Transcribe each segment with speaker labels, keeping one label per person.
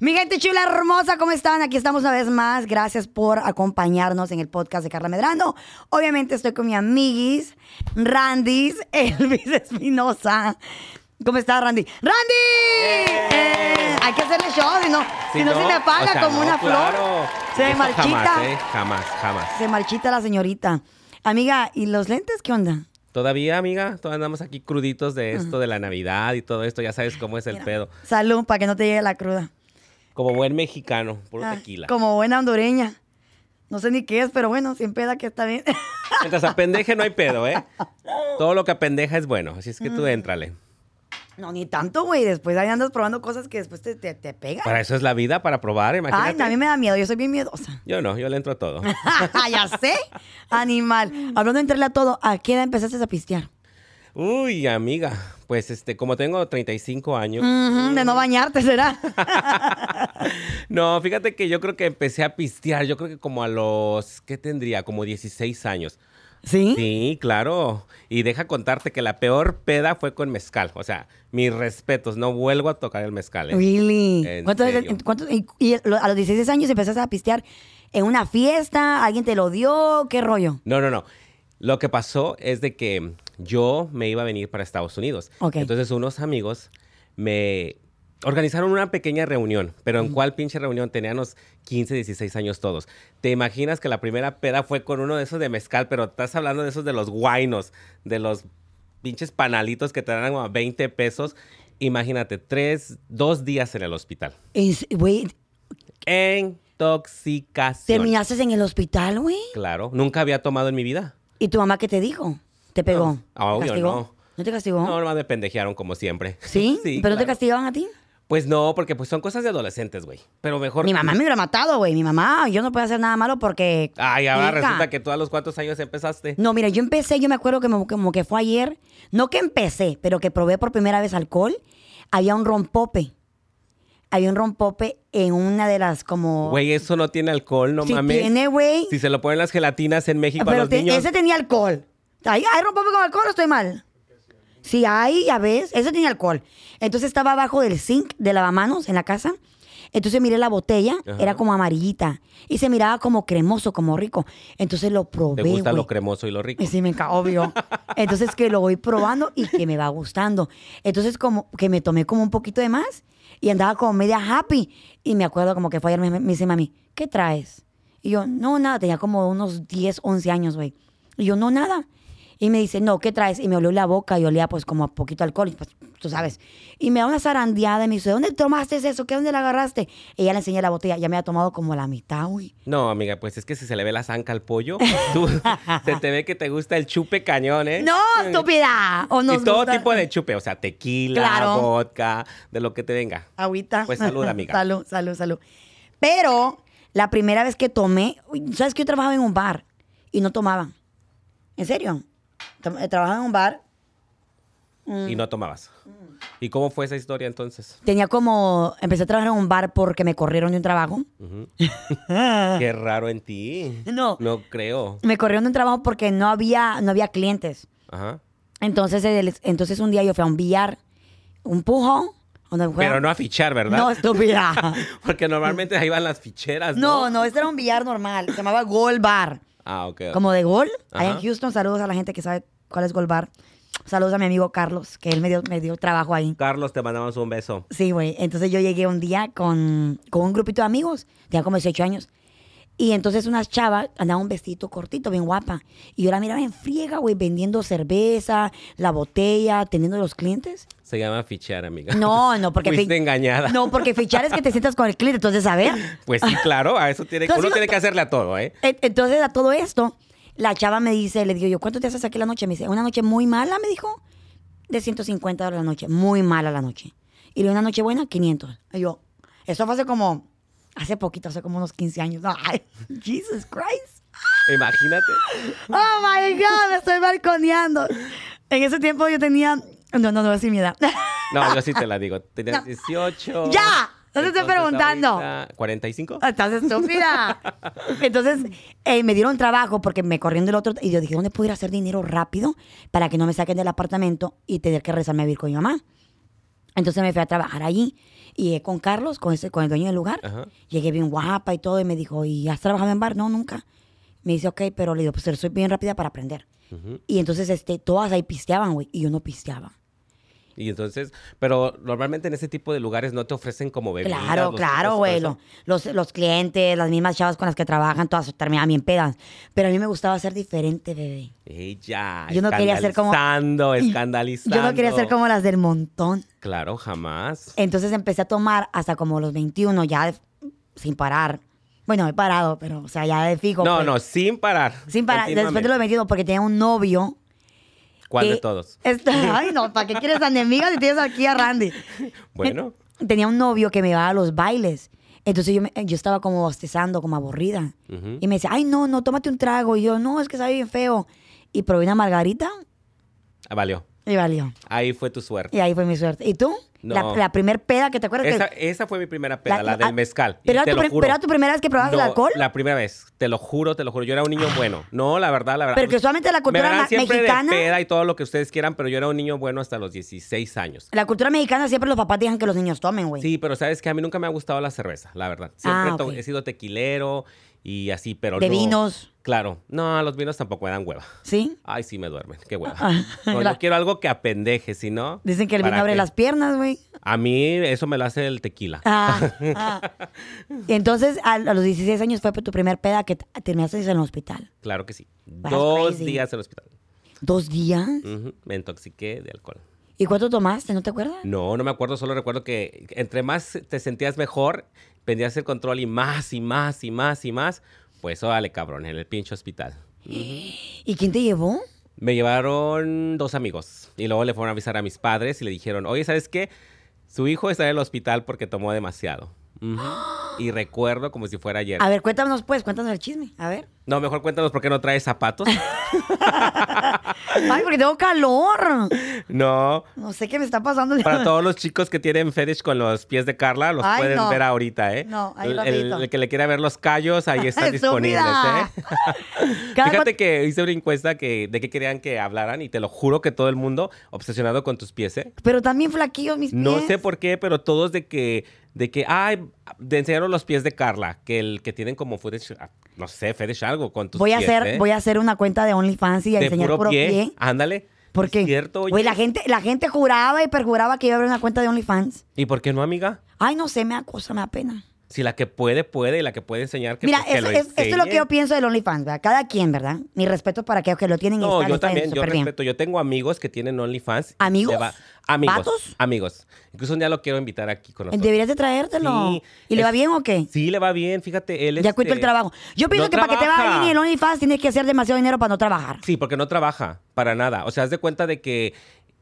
Speaker 1: Mi gente chula hermosa, ¿cómo están? Aquí estamos una vez más. Gracias por acompañarnos en el podcast de Carla Medrano. Obviamente estoy con mi amiguis, Randis, Elvis Espinosa. ¿Cómo está Randy? ¡Randy! Eh, hay que hacerle show, si no, si no, se le apaga
Speaker 2: o sea,
Speaker 1: como
Speaker 2: no,
Speaker 1: una
Speaker 2: claro.
Speaker 1: flor. Se
Speaker 2: Eso
Speaker 1: marchita.
Speaker 2: Jamás, ¿eh? jamás, jamás.
Speaker 1: Se marchita la señorita. Amiga, ¿y los lentes qué onda?
Speaker 2: Todavía, amiga, todavía andamos aquí cruditos de esto, de la Navidad y todo esto. Ya sabes cómo es el pedo.
Speaker 1: Salud, para que no te llegue la cruda.
Speaker 2: Como buen mexicano, puro
Speaker 1: Ah,
Speaker 2: tequila.
Speaker 1: como buena hondureña. No sé ni qué es, pero bueno, sin peda que está bien.
Speaker 2: Mientras apendeje no hay pedo, ¿eh? Todo lo que apendeja es bueno. Así es que
Speaker 1: Mm.
Speaker 2: tú éntrale.
Speaker 1: no, ni tanto, güey. Después ahí andas probando cosas que después te, te, te pegan.
Speaker 2: Para eso es la vida, para probar,
Speaker 1: Ay,
Speaker 2: imagínate.
Speaker 1: a mí me Ah. da miedo. Yo soy bien miedosa.
Speaker 2: Yo no, yo le entro a todo.
Speaker 1: ya sé. Animal. Hablando de entrarle a todo, ¿a qué edad empezaste a pistear?
Speaker 2: Uy, amiga. Pues este, como tengo 35
Speaker 1: Mm.
Speaker 2: años.
Speaker 1: Ujú, de no bañarte, ¿será?
Speaker 2: No, fíjate que yo creo que empecé a pistear. Yo creo que como a los. ¿Qué tendría? Como 16 años.
Speaker 1: ¿Sí?
Speaker 2: Sí, claro. Y deja contarte que la peor peda fue con mezcal. O sea, mis respetos, no vuelvo a tocar el mezcal. ¿eh?
Speaker 1: Really.
Speaker 2: En
Speaker 1: ¿Cuántos-
Speaker 2: serio.
Speaker 1: cuántos- y, y lo- a los 16 años empezaste a pistear en una fiesta? ¿Alguien te lo dio? ¿Qué rollo?
Speaker 2: No, no, no. Lo que pasó es de que yo me iba a venir para Estados Unidos.
Speaker 1: Ok.
Speaker 2: Entonces unos amigos me organizaron una pequeña reunión, pero ¿en cuál pinche reunión? Teníamos 15, 16 años todos. ¿Te imaginas que la primera peda fue con uno de esos de mezcal, pero estás hablando de esos de los guainos, de los pinches panalitos que te dan como a 20 pesos? Imagínate, tres, dos días en el hospital.
Speaker 1: Es- Güey,
Speaker 2: Intoxicación.
Speaker 1: terminaste en el hospital, güey.
Speaker 2: Claro, nunca había tomado en mi vida.
Speaker 1: ¿Y tu mamá qué te dijo? ¿Te pegó?
Speaker 2: No, obvio
Speaker 1: ¿Te castigó?
Speaker 2: no.
Speaker 1: te castigó?
Speaker 2: No, nomás me pendejearon como siempre.
Speaker 1: ¿Sí? ¿Pero no te
Speaker 2: claro.
Speaker 1: castigaban a ti?
Speaker 2: Pues no, porque pues son cosas de adolescentes, güey. Pero mejor.
Speaker 1: Mi mamá me hubiera matado, güey. Mi mamá, yo no puedo hacer nada malo porque...
Speaker 2: Ay, ahora
Speaker 1: Hija.
Speaker 2: resulta que tú a los cuántos años empezaste.
Speaker 1: No, mira, yo empecé, yo me acuerdo que me- como que fue ayer, no que empecé, pero que probé por primera vez alcohol, había un rompope. Había un rompope en una de las como...
Speaker 2: Güey, eso no tiene alcohol, no
Speaker 1: Sí
Speaker 2: mames.
Speaker 1: tiene, güey.
Speaker 2: Si se lo ponen las gelatinas en México a
Speaker 1: Ah, pero
Speaker 2: los
Speaker 1: te-
Speaker 2: niños.
Speaker 1: ese tenía alcohol. ¿Hay, hay rompope con alcohol o estoy mal? Sí, hay, ya ves, ese tenía alcohol. Entonces estaba abajo del zinc de lavamanos en la casa. Entonces miré la botella,
Speaker 2: Ajá.
Speaker 1: era como amarillita y se miraba como cremoso, como rico. Entonces lo probé.
Speaker 2: Te gusta
Speaker 1: güey.
Speaker 2: lo cremoso y lo rico.
Speaker 1: Y Sí, me encanta, obvio. Entonces que lo voy probando y que me va gustando. Entonces como que me tomé como un poquito de más y andaba como media happy. Y me acuerdo como que fue ayer, me, me dice mami, ¿qué traes? Y yo, no, nada, tenía como unos 10, 11 años, güey. Y yo, no, nada. Y me dice, no, ¿qué traes? Y me olió la boca y olía pues como a poquito alcohol, y, pues tú sabes. Y me da una zarandeada y me dice, ¿dónde tomaste eso? ¿Qué, dónde la agarraste? Y ya le enseñé la botella, ya me había tomado como la mitad, güey.
Speaker 2: No, amiga, pues es que si se le ve la zanca al pollo, tú se te ve que te gusta el chupe cañón, ¿eh?
Speaker 1: No, estúpida. O nos
Speaker 2: y todo
Speaker 1: gusta-
Speaker 2: tipo de chupe, o sea, tequila,
Speaker 1: Claro.
Speaker 2: vodka, de lo que te venga.
Speaker 1: Agüita.
Speaker 2: Pues salud, amiga.
Speaker 1: salud, salud, salud. Pero la primera vez que tomé, uy, ¿sabes que yo trabajaba en un bar y no tomaba? ¿En serio? Tra- eh, Trabajaba en un bar, Mm.
Speaker 2: Y no tomabas. ¿Y cómo fue esa historia entonces?
Speaker 1: tenía como, empecé a trabajar en un bar porque me corrieron de un trabajo.
Speaker 2: Qué raro en ti.
Speaker 1: No.
Speaker 2: No creo.
Speaker 1: Me corrieron de un trabajo porque no había, no había clientes.
Speaker 2: Ajá.
Speaker 1: Entonces, el- entonces un día yo fui a un billar, un pujón. una-
Speaker 2: Pero no a fichar, ¿verdad?
Speaker 1: No, estúpida.
Speaker 2: Porque normalmente ahí van las ficheras, ¿no?
Speaker 1: no, no, este era un billar normal, se llamaba Gold Bar.
Speaker 2: Ah, ok.
Speaker 1: como de gol. Ahí en
Speaker 2: Ajá.
Speaker 1: Houston, saludos a la gente que sabe cuál es Gol Bar. Saludos a mi amigo Carlos, que él me dio, me dio trabajo ahí.
Speaker 2: Carlos, te mandamos un beso.
Speaker 1: Sí, güey. Entonces yo llegué un día con, con un grupito de amigos, tenía como 18 años. Y entonces unas chavas andaba un vestido cortito, bien guapa. Y yo la miraba en friega, güey, vendiendo cerveza, la botella, atendiendo a los clientes.
Speaker 2: Se llama fichar, amiga.
Speaker 1: No, no, porque.
Speaker 2: Fuiste
Speaker 1: fi-
Speaker 2: engañada.
Speaker 1: No, porque fichar es que te sientas con el cliente, entonces a ver.
Speaker 2: Pues sí, claro, a eso tiene,
Speaker 1: No,
Speaker 2: uno
Speaker 1: sí, no,
Speaker 2: tiene que hacerle a todo, ¿eh?
Speaker 1: En- Entonces, a todo esto, la chava me dice, le digo yo, ¿cuánto te haces aquí la noche? Me dice, una noche muy mala, me dijo, de 150 dólares la noche, muy mala la noche. Y le digo, una noche buena, 500. Y yo, eso fue hace como, hace poquito, hace como unos 15 años. Ay, Jesus Christ.
Speaker 2: Imagínate.
Speaker 1: Oh my God, me estoy balconeando. En ese tiempo yo tenía, no, no, no, así mi edad.
Speaker 2: No, yo sí te la digo. Tenías 18.
Speaker 1: ¡Ya! No te estoy
Speaker 2: Entonces,
Speaker 1: preguntando.
Speaker 2: ahorita, ¿45?
Speaker 1: Estás estúpida. Entonces, eh, me dieron trabajo porque me corrieron del otro. Y yo dije, ¿dónde puedo ir a hacer dinero rápido para que no me saquen del apartamento y tener que rezarme a vivir con mi mamá? Entonces me fui a trabajar allí. Y llegué con Carlos, con, ese, con el dueño del lugar.
Speaker 2: Ajá.
Speaker 1: Llegué bien guapa y todo. Y me dijo, ¿y has trabajado en bar? No, nunca. Me dice, ok, pero le digo, pues soy bien rápida para aprender.
Speaker 2: Ujú.
Speaker 1: Y entonces este, todas ahí pisteaban, güey. Y yo no pisteaba.
Speaker 2: Y entonces, pero normalmente en ese tipo de lugares no te ofrecen como bebidas.
Speaker 1: Claro,
Speaker 2: los-
Speaker 1: claro,
Speaker 2: los-
Speaker 1: güey.
Speaker 2: todo
Speaker 1: lo-
Speaker 2: eso.
Speaker 1: Los, los clientes, las mismas chavas con las que trabajan, todas terminaban bien pedas. Pero a mí me gustaba ser diferente, bebé.
Speaker 2: Ella,
Speaker 1: Yo no quería ser como-
Speaker 2: Escandalizando,
Speaker 1: Yo no quería ser
Speaker 2: escandalizando.
Speaker 1: como las del montón.
Speaker 2: Claro, jamás.
Speaker 1: Entonces empecé a tomar hasta como los 21, ya de- sin parar. Bueno, he parado, pero, o sea, ya de fijo.
Speaker 2: No,
Speaker 1: pues.
Speaker 2: no, sin parar.
Speaker 1: Sin parar. Después de los 22, porque tenía un novio.
Speaker 2: ¿Cuál de
Speaker 1: que-
Speaker 2: todos?
Speaker 1: Este- ay, no, ¿para qué quieres enemigas si tienes aquí a Randy?
Speaker 2: Bueno,
Speaker 1: Tenía un novio que me iba a los bailes. Entonces yo, me- yo estaba como bostezando, como aburrida.
Speaker 2: ujú.
Speaker 1: Y me decía, ay, no, no, tómate un trago. Y yo, no, es que sabe bien feo. Y probé una margarita
Speaker 2: Ah, valió.
Speaker 1: y valió.
Speaker 2: Ahí fue tu suerte.
Speaker 1: Y ahí fue mi suerte. ¿Y tú?
Speaker 2: No.
Speaker 1: La, la primer peda que te acuerdas
Speaker 2: Esa,
Speaker 1: que...
Speaker 2: esa fue mi primera peda, la,
Speaker 1: la-
Speaker 2: del
Speaker 1: ah,
Speaker 2: mezcal. y
Speaker 1: ¿Pero era,
Speaker 2: te
Speaker 1: tu
Speaker 2: lo
Speaker 1: pri-
Speaker 2: juro.
Speaker 1: pero era tu primera vez que probabas
Speaker 2: No,
Speaker 1: el alcohol? Ah.
Speaker 2: La primera vez, te lo juro, te lo juro. Yo era un niño bueno. No, la verdad, la verdad. Pues,
Speaker 1: Pero que usualmente la cultura
Speaker 2: Me verán
Speaker 1: ma-
Speaker 2: siempre
Speaker 1: mexicana-
Speaker 2: de peda y todo lo que ustedes quieran, pero yo era un niño bueno hasta los 16 años.
Speaker 1: La cultura mexicana siempre los papás dejan que los niños tomen, güey.
Speaker 2: Sí, pero sabes que a mí nunca me ha gustado la cerveza, la verdad. Siempre
Speaker 1: Ah,
Speaker 2: to-
Speaker 1: ok.
Speaker 2: he sido tequilero y así, pero
Speaker 1: De
Speaker 2: no-
Speaker 1: vinos.
Speaker 2: Claro. No, los vinos tampoco me dan hueva.
Speaker 1: ¿Sí?
Speaker 2: Ay, sí me duermen, qué hueva.
Speaker 1: Ah,
Speaker 2: No,
Speaker 1: la-
Speaker 2: yo quiero algo que apendeje, si no.
Speaker 1: Dicen que el vino
Speaker 2: ¿para
Speaker 1: abre
Speaker 2: qué?
Speaker 1: las piernas, güey.
Speaker 2: A mí eso me lo hace el tequila.
Speaker 1: Ah, ah. Entonces, a, a los 16 años fue tu primer peda que t- terminaste en el hospital.
Speaker 2: Claro que sí.
Speaker 1: Vas
Speaker 2: Dos
Speaker 1: crazy.
Speaker 2: días en el hospital.
Speaker 1: ¿Dos días?
Speaker 2: Ujú, Me intoxiqué de alcohol.
Speaker 1: ¿Y cuánto tomaste? ¿No te acuerdas?
Speaker 2: No, no me acuerdo, solo recuerdo que entre más te sentías mejor, perdías el control y más y más y más y más. Pues órale, cabrón, en el pinche hospital.
Speaker 1: ¿Y quién te llevó?
Speaker 2: Me llevaron dos amigos y luego le fueron a avisar a mis padres y le dijeron, oye, ¿sabes qué? Su hijo está en el hospital porque tomó demasiado. Ujú. Y recuerdo como si fuera ayer.
Speaker 1: A ver, cuéntanos pues, cuéntanos el chisme. A ver.
Speaker 2: No, mejor cuéntanos por qué no traes zapatos.
Speaker 1: Ay, porque tengo calor.
Speaker 2: No.
Speaker 1: No sé qué me está pasando.
Speaker 2: Para todos los chicos que tienen fetish con los pies de Carla, los
Speaker 1: Ay,
Speaker 2: pueden
Speaker 1: no.
Speaker 2: ver ahorita, ¿eh?
Speaker 1: No, ahí
Speaker 2: el,
Speaker 1: rapidito.
Speaker 2: el- el que le quiera ver los callos, ahí están disponibles,
Speaker 1: Estúpida.
Speaker 2: ¿eh?
Speaker 1: Cada
Speaker 2: Fíjate
Speaker 1: cuat-
Speaker 2: que hice una encuesta que, de qué querían que hablaran y te lo juro que todo el mundo obsesionado con tus pies, ¿eh?
Speaker 1: Pero también flaquillos mis pies.
Speaker 2: No sé por qué, pero todos de que, de que, ay, te enseñaron los pies de Carla, que el que tienen como fetish, ah, no sé, fetish algo con tus
Speaker 1: Voy a
Speaker 2: pies,
Speaker 1: hacer,
Speaker 2: ¿eh?
Speaker 1: voy a hacer una cuenta de OnlyFans y a
Speaker 2: De
Speaker 1: enseñar puro, pie.
Speaker 2: Ándale. Es
Speaker 1: Porque
Speaker 2: cierto, oye.
Speaker 1: güey, la gente, la gente juraba y perjuraba que iba a abrir una cuenta de OnlyFans.
Speaker 2: ¿Y por qué no, amiga?
Speaker 1: Ay, no sé, me da cosa, me da pena.
Speaker 2: Si la que puede, puede, y la que puede enseñar que
Speaker 1: Mira,
Speaker 2: pues, que
Speaker 1: eso-
Speaker 2: lo
Speaker 1: es- esto es lo
Speaker 2: enseñe.
Speaker 1: que yo pienso del OnlyFans, ¿verdad? Cada quien, ¿verdad? Mi respeto para aquellos que lo tienen y
Speaker 2: No,
Speaker 1: están,
Speaker 2: yo
Speaker 1: están
Speaker 2: también, yo
Speaker 1: súper bien.
Speaker 2: respeto. Yo tengo amigos que tienen OnlyFans.
Speaker 1: ¿Amigos?
Speaker 2: Le amigos.
Speaker 1: ¿Vatos?
Speaker 2: Amigos. Incluso un día lo quiero invitar aquí con nosotros.
Speaker 1: Deberías de traértelo.
Speaker 2: Sí,
Speaker 1: ¿Y le va
Speaker 2: es-
Speaker 1: bien o qué?
Speaker 2: Sí, le va bien, fíjate. Él
Speaker 1: ya cuento el
Speaker 2: este,
Speaker 1: trabajo. Yo pienso
Speaker 2: no
Speaker 1: que para que te vaya
Speaker 2: trabaja.
Speaker 1: bien el OnlyFans tienes que hacer demasiado dinero para no trabajar.
Speaker 2: Sí, porque no trabaja para nada. O sea, haz de cuenta de que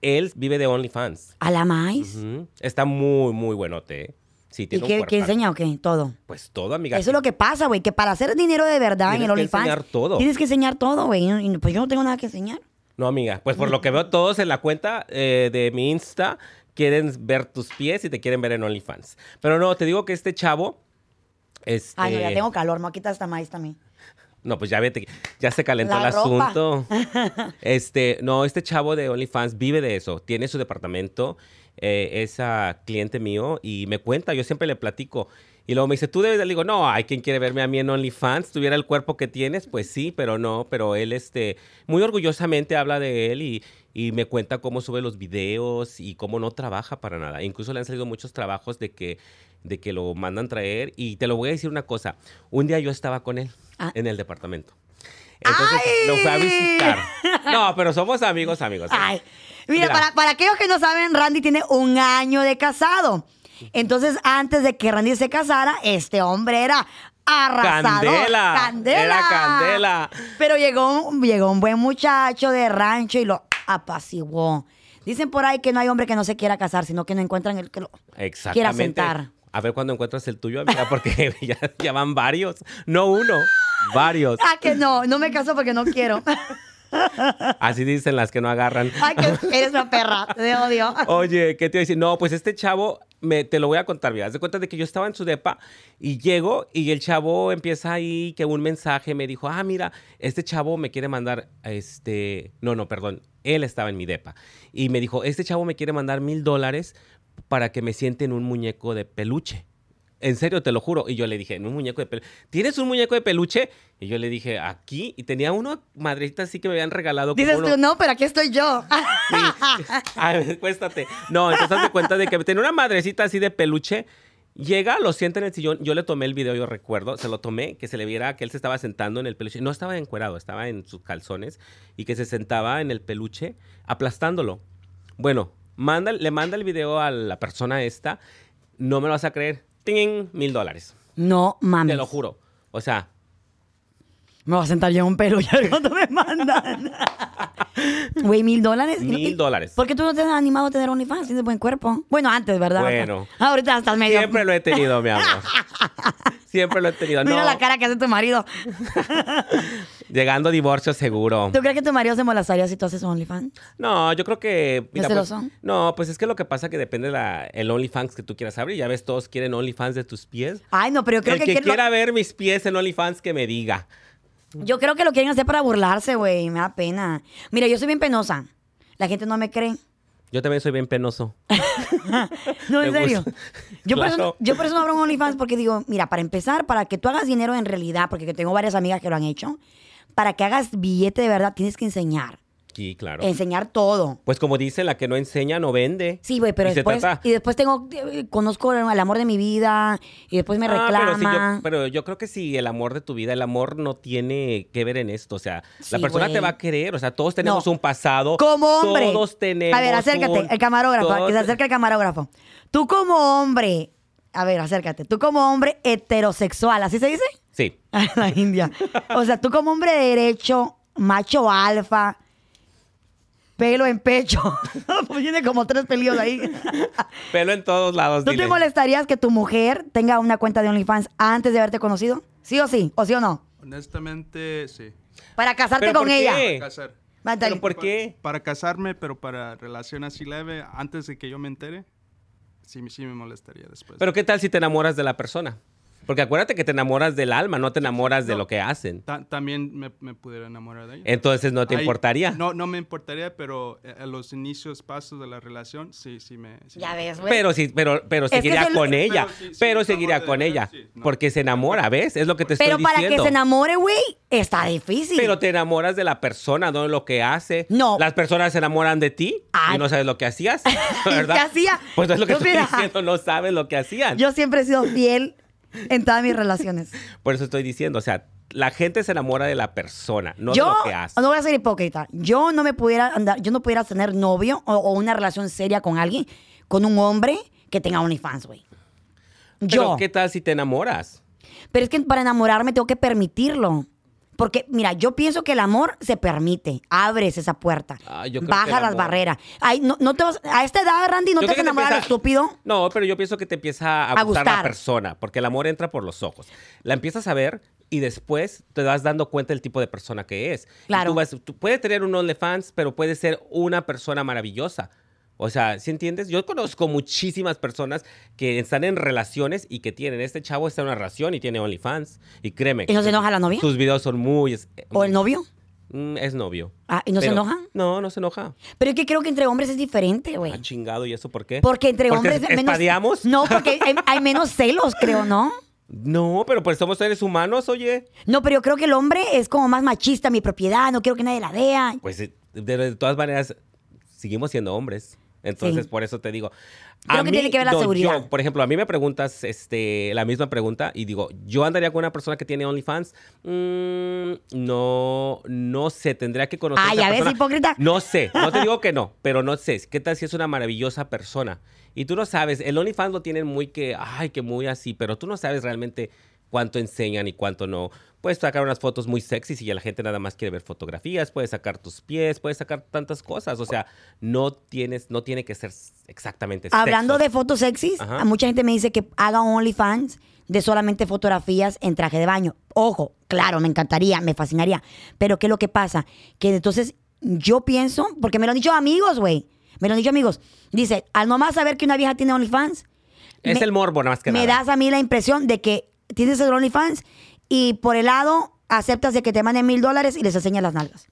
Speaker 2: él vive de OnlyFans.
Speaker 1: A la más.
Speaker 2: Ujú. Está muy, muy buenote. ¿eh? Sí,
Speaker 1: ¿Y
Speaker 2: tiene un
Speaker 1: qué, qué
Speaker 2: cuerpazo.
Speaker 1: enseña o qué? Todo.
Speaker 2: Pues todo, amiga.
Speaker 1: Eso es lo que pasa, güey, que para hacer dinero de verdad en el
Speaker 2: Tienes que
Speaker 1: OnlyFans
Speaker 2: enseñar todo.
Speaker 1: tienes que enseñar todo, güey. Y, y, Pues yo no tengo nada que enseñar.
Speaker 2: No, amiga. Pues por lo que veo, todos en la cuenta eh, de mi Insta quieren ver tus pies y te quieren ver en OnlyFans. Pero no, te digo que este chavo. Este...
Speaker 1: Ay, Ah, no, ya tengo calor, me voy a quitar esta maíz también.
Speaker 2: No, pues ya vete, ya se calentó
Speaker 1: La
Speaker 2: el
Speaker 1: ropa.
Speaker 2: asunto. Este, no, este chavo de OnlyFans vive de eso. Tiene su departamento, eh, es ah, cliente mío y me cuenta, yo siempre le platico. Y luego me dice, tú debes, de-". le digo, no, hay quien quiere verme a mí en OnlyFans, tuviera el cuerpo que tienes, pues sí, pero no, pero él, este, muy orgullosamente habla de él y, y me cuenta cómo sube los videos y cómo no trabaja para nada. Incluso le han salido muchos trabajos de que, de que lo mandan traer. Y te lo voy a decir una cosa, un día yo estaba con él
Speaker 1: Ah.
Speaker 2: en el departamento. Entonces lo fue a
Speaker 1: ¡Ay!
Speaker 2: visitar. No, pero somos amigos, amigos. ¿eh?
Speaker 1: Ay, mira,
Speaker 2: Mira.
Speaker 1: Para, para aquellos que no saben, Randy tiene un año de casado. Entonces, antes de que Randy se casara, este hombre era arrasador.
Speaker 2: Candela.
Speaker 1: Candela.
Speaker 2: Era candela.
Speaker 1: Pero llegó, un- llegó un buen muchacho de rancho y lo apaciguó. Dicen por ahí que no hay hombre que no se quiera casar, sino que no encuentran el que lo
Speaker 2: Exactamente.
Speaker 1: quiera sentar.
Speaker 2: A ver cuándo encuentras el tuyo, amiga, porque ya, ya van varios. No uno, varios.
Speaker 1: Ah, que no, no me caso porque no quiero.
Speaker 2: Así dicen las que no agarran.
Speaker 1: Ay, que eres una perra, te odio.
Speaker 2: Oye, ¿qué te iba a decir? No, pues este chavo, me, te lo voy a contar, mira. Haz de cuenta de que yo estaba en su depa y llego y el chavo empieza ahí que un mensaje me dijo, ah, mira, este chavo me quiere mandar, este, no, no, perdón, él estaba en mi depa y me dijo, este chavo me quiere mandar mil dólares para que me siente en un muñeco de peluche. En serio, te lo juro. Y yo le dije, en un muñeco de peluche. ¿Tienes un muñeco de peluche? Y yo le dije, aquí. Y tenía uno, madrecita, así que me habían regalado. como
Speaker 1: Dices
Speaker 2: uno-
Speaker 1: tú, no, pero aquí estoy yo.
Speaker 2: Sí. A ver, cuéstate. No, entonces hazte cuenta de que tenía una madrecita así de peluche. Llega, lo sienta en el sillón. Yo le tomé el video, yo recuerdo, se lo tomé, que se le viera que él se estaba sentando en el peluche. No estaba encuerado, estaba en sus calzones y que se sentaba en el peluche aplastándolo. Bueno, manda, le manda el video a la persona esta. No me lo vas a creer. ¡Ting! Mil dólares.
Speaker 1: No mames.
Speaker 2: Te lo juro. O sea,
Speaker 1: Me voy a sentar yo en un peluche a ver cuánto me mandan. Güey, mil dólares.
Speaker 2: Mil dólares.
Speaker 1: ¿Por qué tú no te has animado a tener OnlyFans? Tienes buen cuerpo. Bueno, antes, ¿verdad?
Speaker 2: Bueno.
Speaker 1: Ahorita estás medio.
Speaker 2: siempre lo he tenido, mi amor. Siempre lo he tenido.
Speaker 1: Mira
Speaker 2: No,
Speaker 1: la cara que hace tu marido.
Speaker 2: llegando a divorcio seguro.
Speaker 1: ¿Tú crees que tu marido se molestaría si tú haces OnlyFans?
Speaker 2: No, yo creo que.
Speaker 1: ¿Es
Speaker 2: pues,
Speaker 1: celoso?
Speaker 2: no, pues es que lo que pasa que depende la, el OnlyFans que tú quieras abrir. Ya ves, todos quieren OnlyFans de tus pies.
Speaker 1: Ay, no, pero yo creo
Speaker 2: el que,
Speaker 1: quieren-
Speaker 2: quiera ver mis pies en OnlyFans que me diga.
Speaker 1: Yo creo que lo quieren hacer para burlarse, güey. Me da pena. Mira, yo soy bien penosa. La gente no me cree.
Speaker 2: Yo también soy bien penoso.
Speaker 1: No,
Speaker 2: Me
Speaker 1: en serio.
Speaker 2: gusta.
Speaker 1: Yo, por
Speaker 2: Claro.
Speaker 1: eso, yo por eso no abro un OnlyFans porque digo, mira, para empezar, para que tú hagas dinero en realidad, porque yo tengo varias amigas que lo han hecho, para que hagas billete de verdad tienes que enseñar.
Speaker 2: Sí, claro.
Speaker 1: Enseñar todo.
Speaker 2: Pues como dice, la que no enseña no vende.
Speaker 1: Sí, güey, pero
Speaker 2: Y se
Speaker 1: después.
Speaker 2: trata-
Speaker 1: Y después tengo. eh, Conozco el amor de mi vida y después me
Speaker 2: Ah, pero, sí, yo-
Speaker 1: reclama.
Speaker 2: pero yo creo que sí, el amor de tu vida, el amor no tiene que ver en esto. O sea,
Speaker 1: Sí,
Speaker 2: la persona
Speaker 1: güey.
Speaker 2: te va a querer. O sea, todos tenemos
Speaker 1: No.
Speaker 2: un pasado.
Speaker 1: Como hombre.
Speaker 2: Todos tenemos.
Speaker 1: A ver, acércate,
Speaker 2: un-
Speaker 1: el camarógrafo,
Speaker 2: todos-
Speaker 1: que se acerque el camarógrafo. Tú como hombre, a ver, acércate. Tú como hombre heterosexual, ¿así se dice?
Speaker 2: Sí.
Speaker 1: A la India. O sea, tú como hombre de derecho, macho alfa, pelo en pecho. Pues tiene como tres pelos ahí.
Speaker 2: Pelo en todos lados.
Speaker 1: ¿Tú te
Speaker 2: dile.
Speaker 1: molestarías que tu mujer tenga una cuenta de OnlyFans antes de haberte conocido? ¿Sí o sí? ¿O sí o no?
Speaker 3: Honestamente, sí.
Speaker 1: Para casarte
Speaker 2: ¿Pero
Speaker 1: con
Speaker 2: por
Speaker 1: ella.
Speaker 2: qué?
Speaker 3: Para casar.
Speaker 1: Manta-
Speaker 2: ¿Pero por qué?
Speaker 3: Para casarme, pero para relación así leve, antes de que yo me entere, sí, sí me molestaría después.
Speaker 2: Pero qué tal si te enamoras de la persona? Porque acuérdate que te enamoras del alma, no te enamoras de lo que hacen.
Speaker 3: Ta- también me, me pudiera enamorar de ella.
Speaker 2: Entonces ¿Eh? no te
Speaker 3: Ahí-
Speaker 2: importaría.
Speaker 3: No, no me importaría, pero eh, a los inicios, pasos de la relación, sí, sí me... sí
Speaker 1: Ya
Speaker 3: me-
Speaker 1: ves, güey.
Speaker 2: Pero sí, pero, pero
Speaker 1: que
Speaker 2: seguiría
Speaker 1: es el-
Speaker 2: con ella.
Speaker 3: Pero sí, sí,
Speaker 2: Pero
Speaker 3: el
Speaker 2: seguiría
Speaker 3: amor de-
Speaker 2: con ella.
Speaker 3: sí, no.
Speaker 2: Porque se enamora, ¿ves? Es lo que te estoy
Speaker 1: Pero para que
Speaker 2: diciendo.
Speaker 1: se enamore, güey, está difícil.
Speaker 2: Pero te enamoras de la persona, no de lo que hace.
Speaker 1: No.
Speaker 2: Las personas se enamoran de ti
Speaker 1: Ay.
Speaker 2: y no sabes lo que hacías.
Speaker 1: ¿Y qué
Speaker 2: ¿Verdad?
Speaker 1: hacía?
Speaker 2: Pues es lo que
Speaker 1: Yo,
Speaker 2: estoy
Speaker 1: mira,
Speaker 2: diciendo, no sabes lo que hacían.
Speaker 1: Yo siempre he sido fiel en todas mis relaciones.
Speaker 2: Por eso estoy diciendo, o sea, la gente se enamora de la persona, no
Speaker 1: yo
Speaker 2: de lo que hace.
Speaker 1: no voy a ser hipócrita. Yo no me pudiera andar, yo no pudiera tener novio o, o una relación seria con alguien, con un hombre que tenga OnlyFans, güey. Yo.
Speaker 2: Pero ¿qué tal si te enamoras?
Speaker 1: Pero es que para enamorarme tengo que permitirlo. Porque, mira, yo pienso que el amor se permite. Abres esa puerta.
Speaker 2: Ah, yo creo que
Speaker 1: baja
Speaker 2: el
Speaker 1: las
Speaker 2: amor-
Speaker 1: barreras. Ay, no, no te vas- a esta edad, Randy, no
Speaker 2: Yo
Speaker 1: te vas a
Speaker 2: creo que te
Speaker 1: enamorar a lo
Speaker 2: empieza-
Speaker 1: estúpido.
Speaker 2: No, pero yo pienso que te empieza a,
Speaker 1: A
Speaker 2: gustar,
Speaker 1: gustar.
Speaker 2: la persona, porque el amor entra por los ojos. La empiezas a ver y después te vas dando cuenta del tipo de persona que es. Y
Speaker 1: Claro.
Speaker 2: tú vas- tú- puedes tener un OnlyFans, pero puede ser una persona maravillosa. O sea, ¿sí entiendes? Yo conozco muchísimas personas que están en relaciones y que tienen. Este chavo está en una relación y tiene OnlyFans. Y créeme.
Speaker 1: ¿Y no se enoja la novia?
Speaker 2: Sus videos son muy. Es,
Speaker 1: ¿O el novio?
Speaker 2: Mm, es novio.
Speaker 1: Ah, ¿y no se
Speaker 2: Pero-
Speaker 1: enojan?
Speaker 2: No, no se enoja.
Speaker 1: Pero es que creo que entre hombres es diferente, güey.
Speaker 2: Ha Ah, chingado, ¿y eso por qué?
Speaker 1: Porque entre
Speaker 2: ¿Eh? ¿Porque
Speaker 1: hombres
Speaker 2: es- espadeamos?
Speaker 1: No, porque hay, hay menos celos, creo, ¿no?
Speaker 2: No, pero pues somos seres humanos, oye.
Speaker 1: No, pero yo creo que el hombre es como más machista, mi propiedad, no quiero que nadie la vea.
Speaker 2: Pues eh, de, de todas maneras, seguimos siendo hombres. Entonces,
Speaker 1: Sí.
Speaker 2: por eso te digo.
Speaker 1: Creo que tiene que ver la
Speaker 2: no,
Speaker 1: seguridad.
Speaker 2: yo, por ejemplo, a mí me preguntas este, la misma pregunta y digo, ¿yo andaría con una persona que tiene OnlyFans? Mm, no, no sé, tendría que conocer.
Speaker 1: Ay,
Speaker 2: a esa
Speaker 1: ya ves,
Speaker 2: persona.
Speaker 1: hipócrita.
Speaker 2: No sé, no te digo que no, pero no sé. ¿Qué tal si es una maravillosa persona? Y tú no sabes, el OnlyFans lo tienen muy que, ay, que muy así, pero tú no sabes realmente cuánto enseñan y cuánto no. Puedes sacar unas fotos muy sexys y ya la gente nada más quiere ver fotografías, puedes sacar tus pies, puedes sacar tantas cosas. O sea, no tienes, no tiene que ser exactamente
Speaker 1: Hablando
Speaker 2: sexo.
Speaker 1: de fotos sexys,
Speaker 2: Ajá.
Speaker 1: a mucha gente me dice que haga un OnlyFans de solamente fotografías en traje de baño. Ojo, claro, me encantaría, me fascinaría. Pero ¿qué es lo que pasa? Que entonces yo pienso, porque me lo han dicho amigos, güey. Me lo han dicho amigos. Dice, al nomás saber que una vieja tiene OnlyFans,
Speaker 2: Es
Speaker 1: me-
Speaker 2: el morbo, nada más que
Speaker 1: me
Speaker 2: nada.
Speaker 1: das a mí la impresión de que tienes el OnlyFans y por el lado aceptas de que te manden mil dólares y les enseñas las nalgas.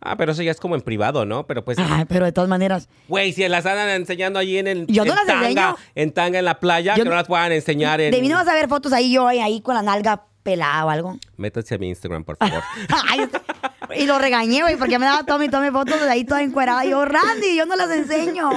Speaker 2: Ah, pero eso ya es como en privado, ¿no? Pero pues,
Speaker 1: Ay, pero de todas maneras,
Speaker 2: güey, si las andan enseñando allí en el
Speaker 1: Yo no
Speaker 2: en
Speaker 1: las
Speaker 2: tanga,
Speaker 1: enseño.
Speaker 2: en tanga en la playa,
Speaker 1: Yo
Speaker 2: que
Speaker 1: no-
Speaker 2: no las puedan enseñar en
Speaker 1: de mí no vas a ver fotos ahí yo ahí, ahí con la nalga pelada o algo.
Speaker 2: Métanse a mi Instagram, por favor.
Speaker 1: Ay, y lo regañé, güey, porque me daba tome y tome fotos de ahí toda encuerada. Y yo, Randy, yo no las enseño,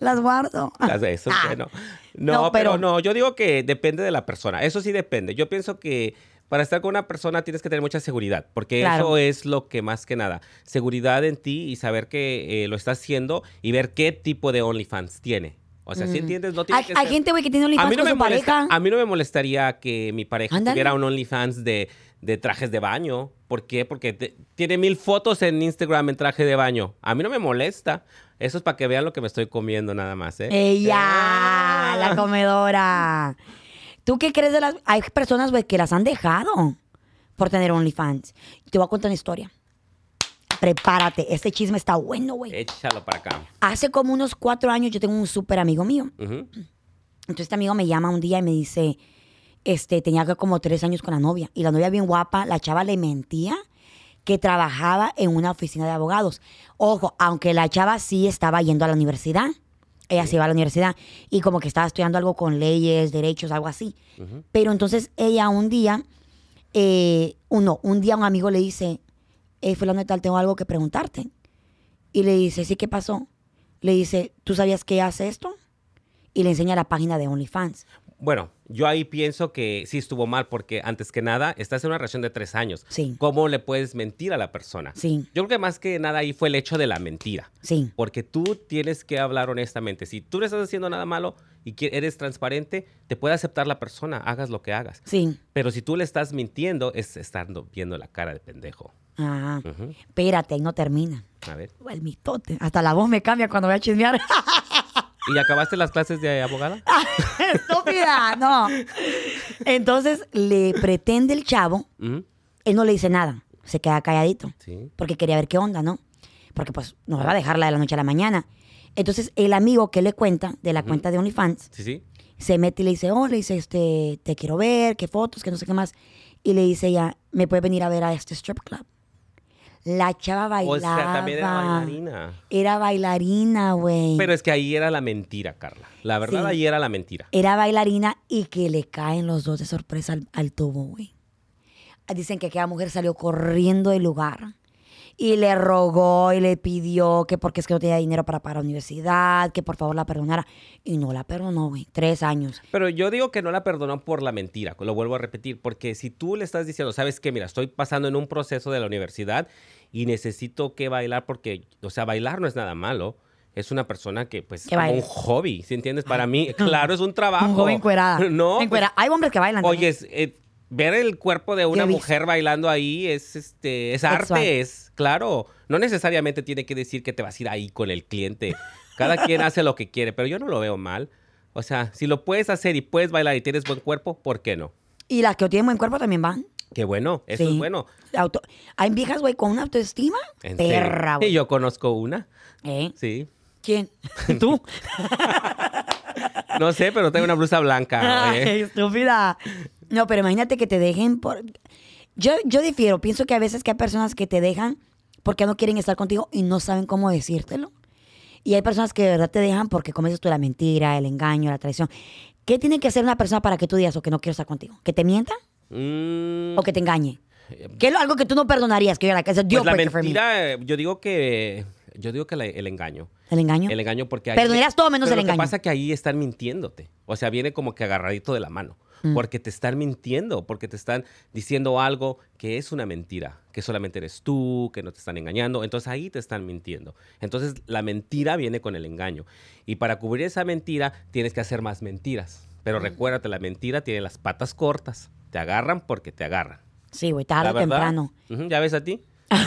Speaker 1: las guardo.
Speaker 2: Las de eso,
Speaker 1: Ah.
Speaker 2: bueno. No,
Speaker 1: No,
Speaker 2: pero,
Speaker 1: pero-
Speaker 2: no, yo digo que depende de la persona. Eso sí depende. Yo pienso que para estar con una persona tienes que tener mucha seguridad, porque
Speaker 1: Claro.
Speaker 2: eso es lo que más que nada. Seguridad en ti y saber que eh, lo estás haciendo y ver qué tipo de OnlyFans tiene. O sea, si entiendes, no tiene
Speaker 1: Mm. Hay,
Speaker 2: que
Speaker 1: hay
Speaker 2: ser-
Speaker 1: gente, güey, que tiene
Speaker 2: a
Speaker 1: OnlyFans
Speaker 2: mí, no
Speaker 1: con
Speaker 2: me
Speaker 1: su
Speaker 2: molesta,
Speaker 1: pareja.
Speaker 2: a mí no me molestaría que mi pareja
Speaker 1: Ándale.
Speaker 2: tuviera un OnlyFans de, de trajes de baño. ¿Por qué? Porque te- tiene mil fotos en Instagram en traje de baño. A mí no me molesta. Eso es para que vean lo que me estoy comiendo nada más, ¿eh?
Speaker 1: Ella,
Speaker 2: Ah.
Speaker 1: la comedora. ¿Tú qué crees de las.? Hay personas, güey, que las han dejado por tener OnlyFans. Te voy a contar una historia. Prepárate, este chisme está bueno, güey.
Speaker 2: Échalo para acá.
Speaker 1: Hace como unos cuatro años yo tengo un súper amigo mío.
Speaker 2: Ujú.
Speaker 1: Entonces este amigo me llama un día y me dice, este, tenía que como tres años con la novia. Y la novia bien guapa, la chava le mentía que trabajaba en una oficina de abogados. Ojo, aunque la chava sí estaba yendo a la universidad. Ella se iba a la universidad y como que estaba estudiando algo con leyes, derechos, algo así. Pero entonces ella un día, eh, uno, un día un amigo le dice, hey, fulano de tal, tengo algo que preguntarte. Y le dice, sí, ¿qué pasó? Le dice, ¿tú sabías que ella hace esto? y le enseña la página de OnlyFans.
Speaker 2: Bueno, yo ahí pienso que sí estuvo mal porque antes que nada estás en una relación de tres años.
Speaker 1: Sí.
Speaker 2: ¿Cómo le puedes mentir a la persona?
Speaker 1: Sí.
Speaker 2: Yo creo que más que nada ahí fue el hecho de la mentira.
Speaker 1: Sí.
Speaker 2: Porque tú tienes que hablar honestamente. Si tú no estás haciendo nada malo y que eres transparente, te puede aceptar la persona, hagas lo que hagas.
Speaker 1: Sí.
Speaker 2: Pero si tú le estás mintiendo, es estando viendo la cara de pendejo.
Speaker 1: Ajá.
Speaker 2: Ujú.
Speaker 1: Ah, Espérate, ahí no termina.
Speaker 2: A ver.
Speaker 1: Oh, El mitote. Hasta la voz me cambia cuando voy a chismear.
Speaker 2: ¿Y acabaste las clases de abogada?
Speaker 1: Estúpida, no. Entonces le pretende el chavo,
Speaker 2: Ujú.
Speaker 1: él no le dice nada, se queda calladito.
Speaker 2: Sí.
Speaker 1: porque quería ver qué onda, ¿no? Porque pues no va a dejarla de la noche a la mañana. Entonces el amigo que le cuenta de la cuenta de OnlyFans
Speaker 2: Sí, sí.
Speaker 1: se mete y le dice, oh, le dice, este, te quiero ver, qué fotos, qué no sé qué más. Y le dice ella, ¿me puedes venir a ver a este strip club? La chava bailaba.
Speaker 2: O sea, también era bailarina.
Speaker 1: Era bailarina, güey.
Speaker 2: Pero es que ahí era la mentira, Carla. La verdad,
Speaker 1: Sí.
Speaker 2: ahí era la mentira.
Speaker 1: Era bailarina y que le caen los dos de sorpresa al, al tubo, güey. Dicen que aquella mujer salió corriendo del lugar y le rogó y le pidió que porque es que no tenía dinero para pagar la universidad, que por favor la perdonara. Y no la perdonó, güey. Tres años.
Speaker 2: Pero yo digo que no la perdonó por la mentira, lo vuelvo a repetir, porque si tú le estás diciendo, sabes qué, mira, estoy pasando en un proceso de la universidad y necesito que bailar porque, o sea, bailar no es nada malo. Es una persona que, pues,
Speaker 1: Que
Speaker 2: como
Speaker 1: baila. Ah.
Speaker 2: un hobby, ¿sí entiendes? Para mí, claro, es un trabajo.
Speaker 1: Un joven encuerada.
Speaker 2: No. pues,
Speaker 1: Encuerada. Hay hombres que bailan. también.
Speaker 2: Oye, es, eh, ver el cuerpo de una
Speaker 1: Yo he visto.
Speaker 2: mujer bailando ahí es este es
Speaker 1: Sexual.
Speaker 2: arte, es claro. No necesariamente tiene que decir que te vas a ir ahí con el cliente. Cada quien hace lo que quiere, pero yo no lo veo mal. O sea, si lo puedes hacer y puedes bailar y tienes buen cuerpo, ¿por qué no?
Speaker 1: Y las que no tienen buen cuerpo también van.
Speaker 2: Qué bueno, eso
Speaker 1: Sí.
Speaker 2: es bueno.
Speaker 1: Auto- Hay viejas, güey, con una autoestima
Speaker 2: En serio.
Speaker 1: perra,
Speaker 2: Y
Speaker 1: güey.
Speaker 2: yo conozco una,
Speaker 1: ¿Eh?
Speaker 2: sí.
Speaker 1: ¿Quién? ¿Tú?
Speaker 2: No sé, pero tengo una blusa blanca.
Speaker 1: Ay,
Speaker 2: ¿eh?
Speaker 1: estúpida. No, pero imagínate que te dejen por... Yo, yo difiero, pienso que a veces que hay personas que te dejan porque no quieren estar contigo y no saben cómo decírtelo. Y hay personas que de verdad te dejan porque comienzas tú la mentira, el engaño, la traición. ¿Qué tiene que hacer una persona para que tú digas o que no quiero estar contigo? ¿Que te mienta
Speaker 2: Mm.
Speaker 1: o que te engañe? ¿Qué es lo- algo que tú no perdonarías? Que yo la que es el deal
Speaker 2: Pues la
Speaker 1: breaker for me.
Speaker 2: mentira, eh, yo digo que yo digo que la- el engaño.
Speaker 1: ¿El engaño?
Speaker 2: El engaño porque ahí...
Speaker 1: Perdonarías todo menos
Speaker 2: Pero
Speaker 1: el
Speaker 2: lo
Speaker 1: engaño.
Speaker 2: que pasa es que ahí están mintiéndote. O sea, viene como que agarradito de la mano.
Speaker 1: Mm.
Speaker 2: Porque te están mintiendo, porque te están diciendo algo que es una mentira, que solamente eres tú, que no te están engañando. Entonces ahí te están mintiendo. Entonces la mentira viene con el engaño. Y para cubrir esa mentira tienes que hacer más mentiras.
Speaker 1: Mm.
Speaker 2: Pero recuérdate, la mentira tiene las patas cortas. Te agarran porque te agarran.
Speaker 1: Sí, güey,
Speaker 2: La
Speaker 1: tarde o
Speaker 2: verdad.
Speaker 1: temprano.
Speaker 2: Ujú, ¿Ya ves a ti?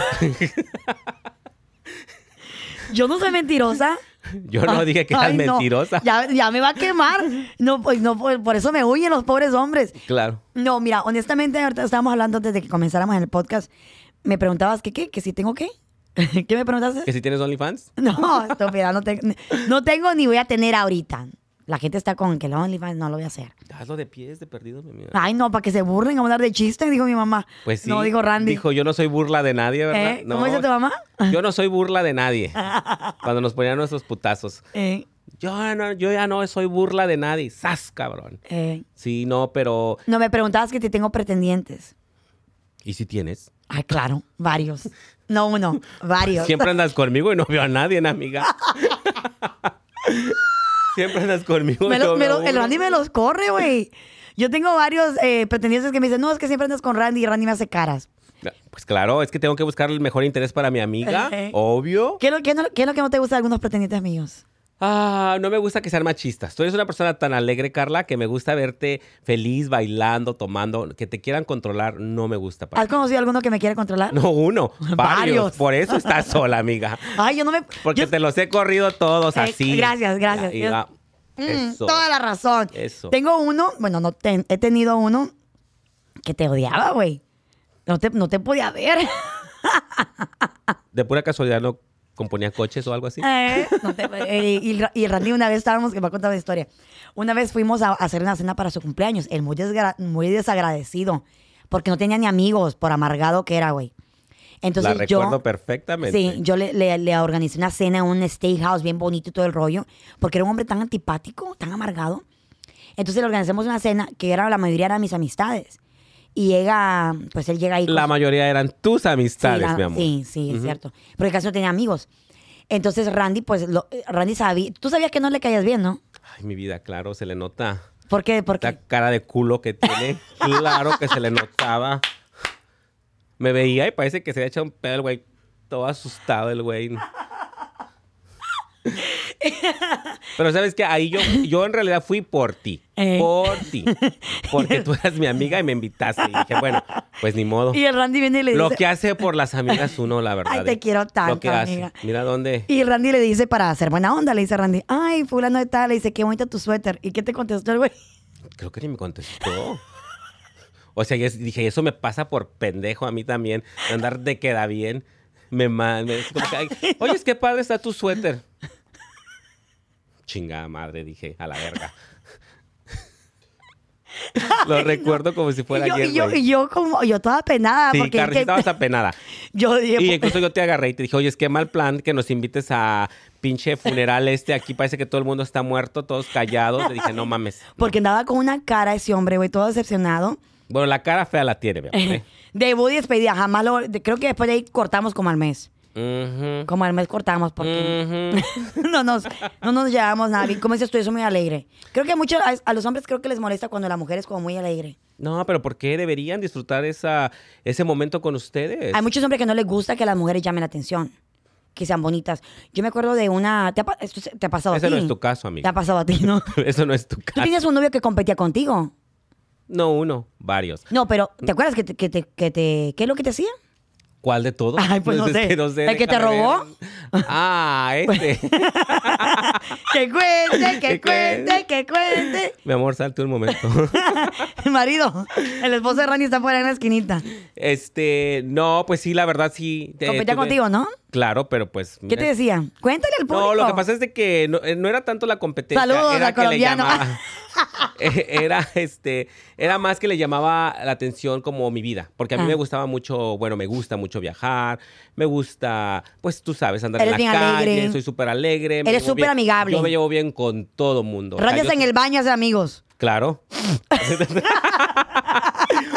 Speaker 1: Yo no soy mentirosa.
Speaker 2: Yo no dije que eras
Speaker 1: Ay, no.
Speaker 2: mentirosa.
Speaker 1: Ya, ya me va a quemar. No, pues no, por, por eso me huyen los pobres hombres.
Speaker 2: Claro.
Speaker 1: No, mira, honestamente, ahorita estábamos hablando antes de que comenzáramos en el podcast. Me preguntabas que qué, que si tengo qué. ¿Qué me preguntaste?
Speaker 2: ¿Que si tienes OnlyFans?
Speaker 1: No, estúpida, no, te- no tengo ni voy a tener ahorita. La gente está con que la OnlyFans no lo voy a hacer.
Speaker 2: Hazlo de pies, de perdido, mi amiga.
Speaker 1: Ay, no, para que se burlen, vamos a dar de chiste, dijo mi mamá.
Speaker 2: Pues sí.
Speaker 1: Ah, No, dijo Randy.
Speaker 2: Dijo, yo no soy burla de nadie, ¿verdad?
Speaker 1: ¿Eh?
Speaker 2: No,
Speaker 1: ¿Cómo dice tu mamá?
Speaker 2: Yo no soy burla de nadie. Cuando nos ponían nuestros putazos.
Speaker 1: Eh,
Speaker 2: Yo, no, yo ya no soy burla de nadie. ¡Sas, cabrón!
Speaker 1: eh.
Speaker 2: Sí, no, pero...
Speaker 1: No, me preguntabas que te tengo pretendientes.
Speaker 2: ¿Y si tienes?
Speaker 1: Ay, claro, varios. No uno, varios.
Speaker 2: Siempre andas conmigo y no veo a nadie, ¿no, amiga. Siempre andas conmigo y
Speaker 1: Me lo-
Speaker 2: no
Speaker 1: me
Speaker 2: veo
Speaker 1: lo-
Speaker 2: a
Speaker 1: el
Speaker 2: uno.
Speaker 1: Randy me los corre, güey. Yo tengo varios eh, pretendientes que me dicen, no, es que siempre andas con Randy y Randy me hace caras.
Speaker 2: Pues claro, es que tengo que buscar el mejor interés para mi amiga,
Speaker 1: Ey.
Speaker 2: obvio.
Speaker 1: ¿Qué es, lo, qué es lo- qué es lo que no te gusta de algunos pretendientes míos?
Speaker 2: Ah, no me gusta que sean machistas. Tú eres una persona tan alegre, Carla, que me gusta verte feliz, bailando, tomando. Que te quieran controlar, no me gusta. para
Speaker 1: ¿Has conocido alguno que me quiere controlar?
Speaker 2: No uno, varios.
Speaker 1: Varios.
Speaker 2: Por eso estás sola, amiga.
Speaker 1: Ay, yo no me...
Speaker 2: Porque
Speaker 1: yo-
Speaker 2: te los he corrido todos
Speaker 1: Eh,
Speaker 2: así.
Speaker 1: gracias, gracias.
Speaker 2: Y-
Speaker 1: Yo-
Speaker 2: ah,
Speaker 1: Mm,
Speaker 2: eso.
Speaker 1: Toda la razón.
Speaker 2: Eso.
Speaker 1: Tengo uno, bueno, no ten- he tenido uno que te odiaba, güey. No te, no te podía ver.
Speaker 2: De pura casualidad no componía coches o algo así.
Speaker 1: Eh, no te- eh, y, y Randy una vez estábamos, que me ha contado una historia. Una vez fuimos a, a hacer una cena para su cumpleaños. Él muy, desgra- muy desagradecido, porque no tenía ni amigos, por amargado que era, güey. Entonces
Speaker 2: la
Speaker 1: yo,
Speaker 2: recuerdo perfectamente.
Speaker 1: sí, yo le, le- le organicé una cena en un steakhouse bien bonito y todo el rollo, porque era un hombre tan antipático, tan amargado. Entonces le organizamos una cena que era la mayoría eran mis amistades. Y llega, pues él llega ahí. con
Speaker 2: La
Speaker 1: su-
Speaker 2: mayoría eran tus amistades,
Speaker 1: Sí, la-
Speaker 2: mi amor.
Speaker 1: Sí, sí, es cierto. Porque casi no tenía amigos. Entonces Randy, pues, lo- Randy sabía. Tú sabías que no le caías bien, ¿no?
Speaker 2: Ay, mi vida, claro, se le nota.
Speaker 1: ¿Por qué? Porque.
Speaker 2: Esta cara de culo que tiene, claro que se le notaba. Me veía y parece que se había echado un pedo el güey. Todo asustado el güey. Pero sabes que ahí yo, yo en realidad fui por ti.
Speaker 1: Eh.
Speaker 2: Por ti. Porque tú eras mi amiga y me invitaste. Y dije, bueno, pues ni modo.
Speaker 1: Y el Randy viene y le
Speaker 2: Lo
Speaker 1: dice.
Speaker 2: que hace por las amigas uno, la verdad.
Speaker 1: Ay, te
Speaker 2: eh.
Speaker 1: quiero
Speaker 2: Lo
Speaker 1: tanto,
Speaker 2: que hace.
Speaker 1: amiga.
Speaker 2: Mira dónde.
Speaker 1: Y Randy le dice para hacer buena onda, le dice Randy, ay, fulano de tal, le dice, qué bonito tu suéter. ¿Y qué te contestó el güey?
Speaker 2: Creo que ni me contestó. O sea, y es- dije, eso me pasa por pendejo a mí también. de Andar de queda bien. Me mal. me- es como que, ay, Oye, es que padre está tu suéter. Chingada madre, dije, a la verga. Lo recuerdo como si fuera
Speaker 1: y yo,
Speaker 2: ayer.
Speaker 1: y yo,
Speaker 2: güey.
Speaker 1: y yo como, yo toda penada,
Speaker 2: sí,
Speaker 1: porque es
Speaker 2: Carly,
Speaker 1: que-
Speaker 2: estabas apenada.
Speaker 1: yo dije,
Speaker 2: Y
Speaker 1: "Po-
Speaker 2: incluso yo te agarré y te dije, oye, es que mal plan que nos invites a pinche funeral este. Aquí parece que todo el mundo está muerto, todos callados. Te dije, no mames.
Speaker 1: porque andaba con una cara ese hombre, güey, todo decepcionado.
Speaker 2: Bueno, la cara fea la tiene, mi amor. ¿eh?
Speaker 1: De Woody despedida, jamás lo, de- creo que después de ahí cortamos como al mes.
Speaker 2: Ujú.
Speaker 1: Como al mes cortamos
Speaker 2: Mm.
Speaker 1: porque
Speaker 2: Ujú.
Speaker 1: no nos, no nos llevamos nada bien. Como dices tú, eso muy alegre. Creo que mucho, a, a los hombres creo que les molesta cuando la mujer es como muy alegre.
Speaker 2: No, pero ¿por qué deberían disfrutar esa, ese momento con ustedes?
Speaker 1: Hay muchos hombres que no les gusta que las mujeres llamen la atención, que sean bonitas. Yo me acuerdo de una... ¿Te ha, pa- esto se- te ha pasado a ti?
Speaker 2: Ese no es tu caso,
Speaker 1: Te ha
Speaker 2: amiga.
Speaker 1: pasado a ti, ¿no?
Speaker 2: Eso no es tu
Speaker 1: Tú
Speaker 2: caso.
Speaker 1: tenías un novio que competía contigo.
Speaker 2: No uno, varios.
Speaker 1: No, pero ¿te acuerdas que te, que te, que te- ¿Qué es lo que te hacía?
Speaker 2: ¿Cuál de todos?
Speaker 1: Ay, pues no
Speaker 2: es
Speaker 1: sé. ¿El que te
Speaker 2: déjame ver.
Speaker 1: robó? Pues
Speaker 2: Ah, este.
Speaker 1: Que cuente, que cuente,
Speaker 2: Que cuente.
Speaker 1: que cuente.
Speaker 2: Mi amor, salte un momento.
Speaker 1: Marido, el esposo de Randy está fuera en la esquinita.
Speaker 2: este, no, pues sí, la verdad sí. eh,
Speaker 1: Competía
Speaker 2: tuve-
Speaker 1: contigo, ¿no?
Speaker 2: Claro, pero pues.
Speaker 1: ¿Qué
Speaker 2: mira,
Speaker 1: te decía? Cuéntale al público.
Speaker 2: No, lo que pasa es de que no, eh, no era tanto la competencia.
Speaker 1: Saludos
Speaker 2: era
Speaker 1: al
Speaker 2: que le
Speaker 1: colombiano.
Speaker 2: llamaba- Eh, era este, era más que le llamaba la atención como mi vida, porque a mí
Speaker 1: Ah.
Speaker 2: me gustaba mucho, bueno, me gusta mucho viajar, me gusta, pues tú sabes, andar
Speaker 1: Eres
Speaker 2: en
Speaker 1: bien
Speaker 2: la calle,
Speaker 1: alegre.
Speaker 2: soy súper alegre. me
Speaker 1: Eres
Speaker 2: llevo bien-
Speaker 1: súper amigable.
Speaker 2: Yo me llevo bien con todo mundo. O sea,
Speaker 1: Rayas
Speaker 2: yo
Speaker 1: en
Speaker 2: soy-
Speaker 1: el baño, hacer amigos.
Speaker 2: Claro.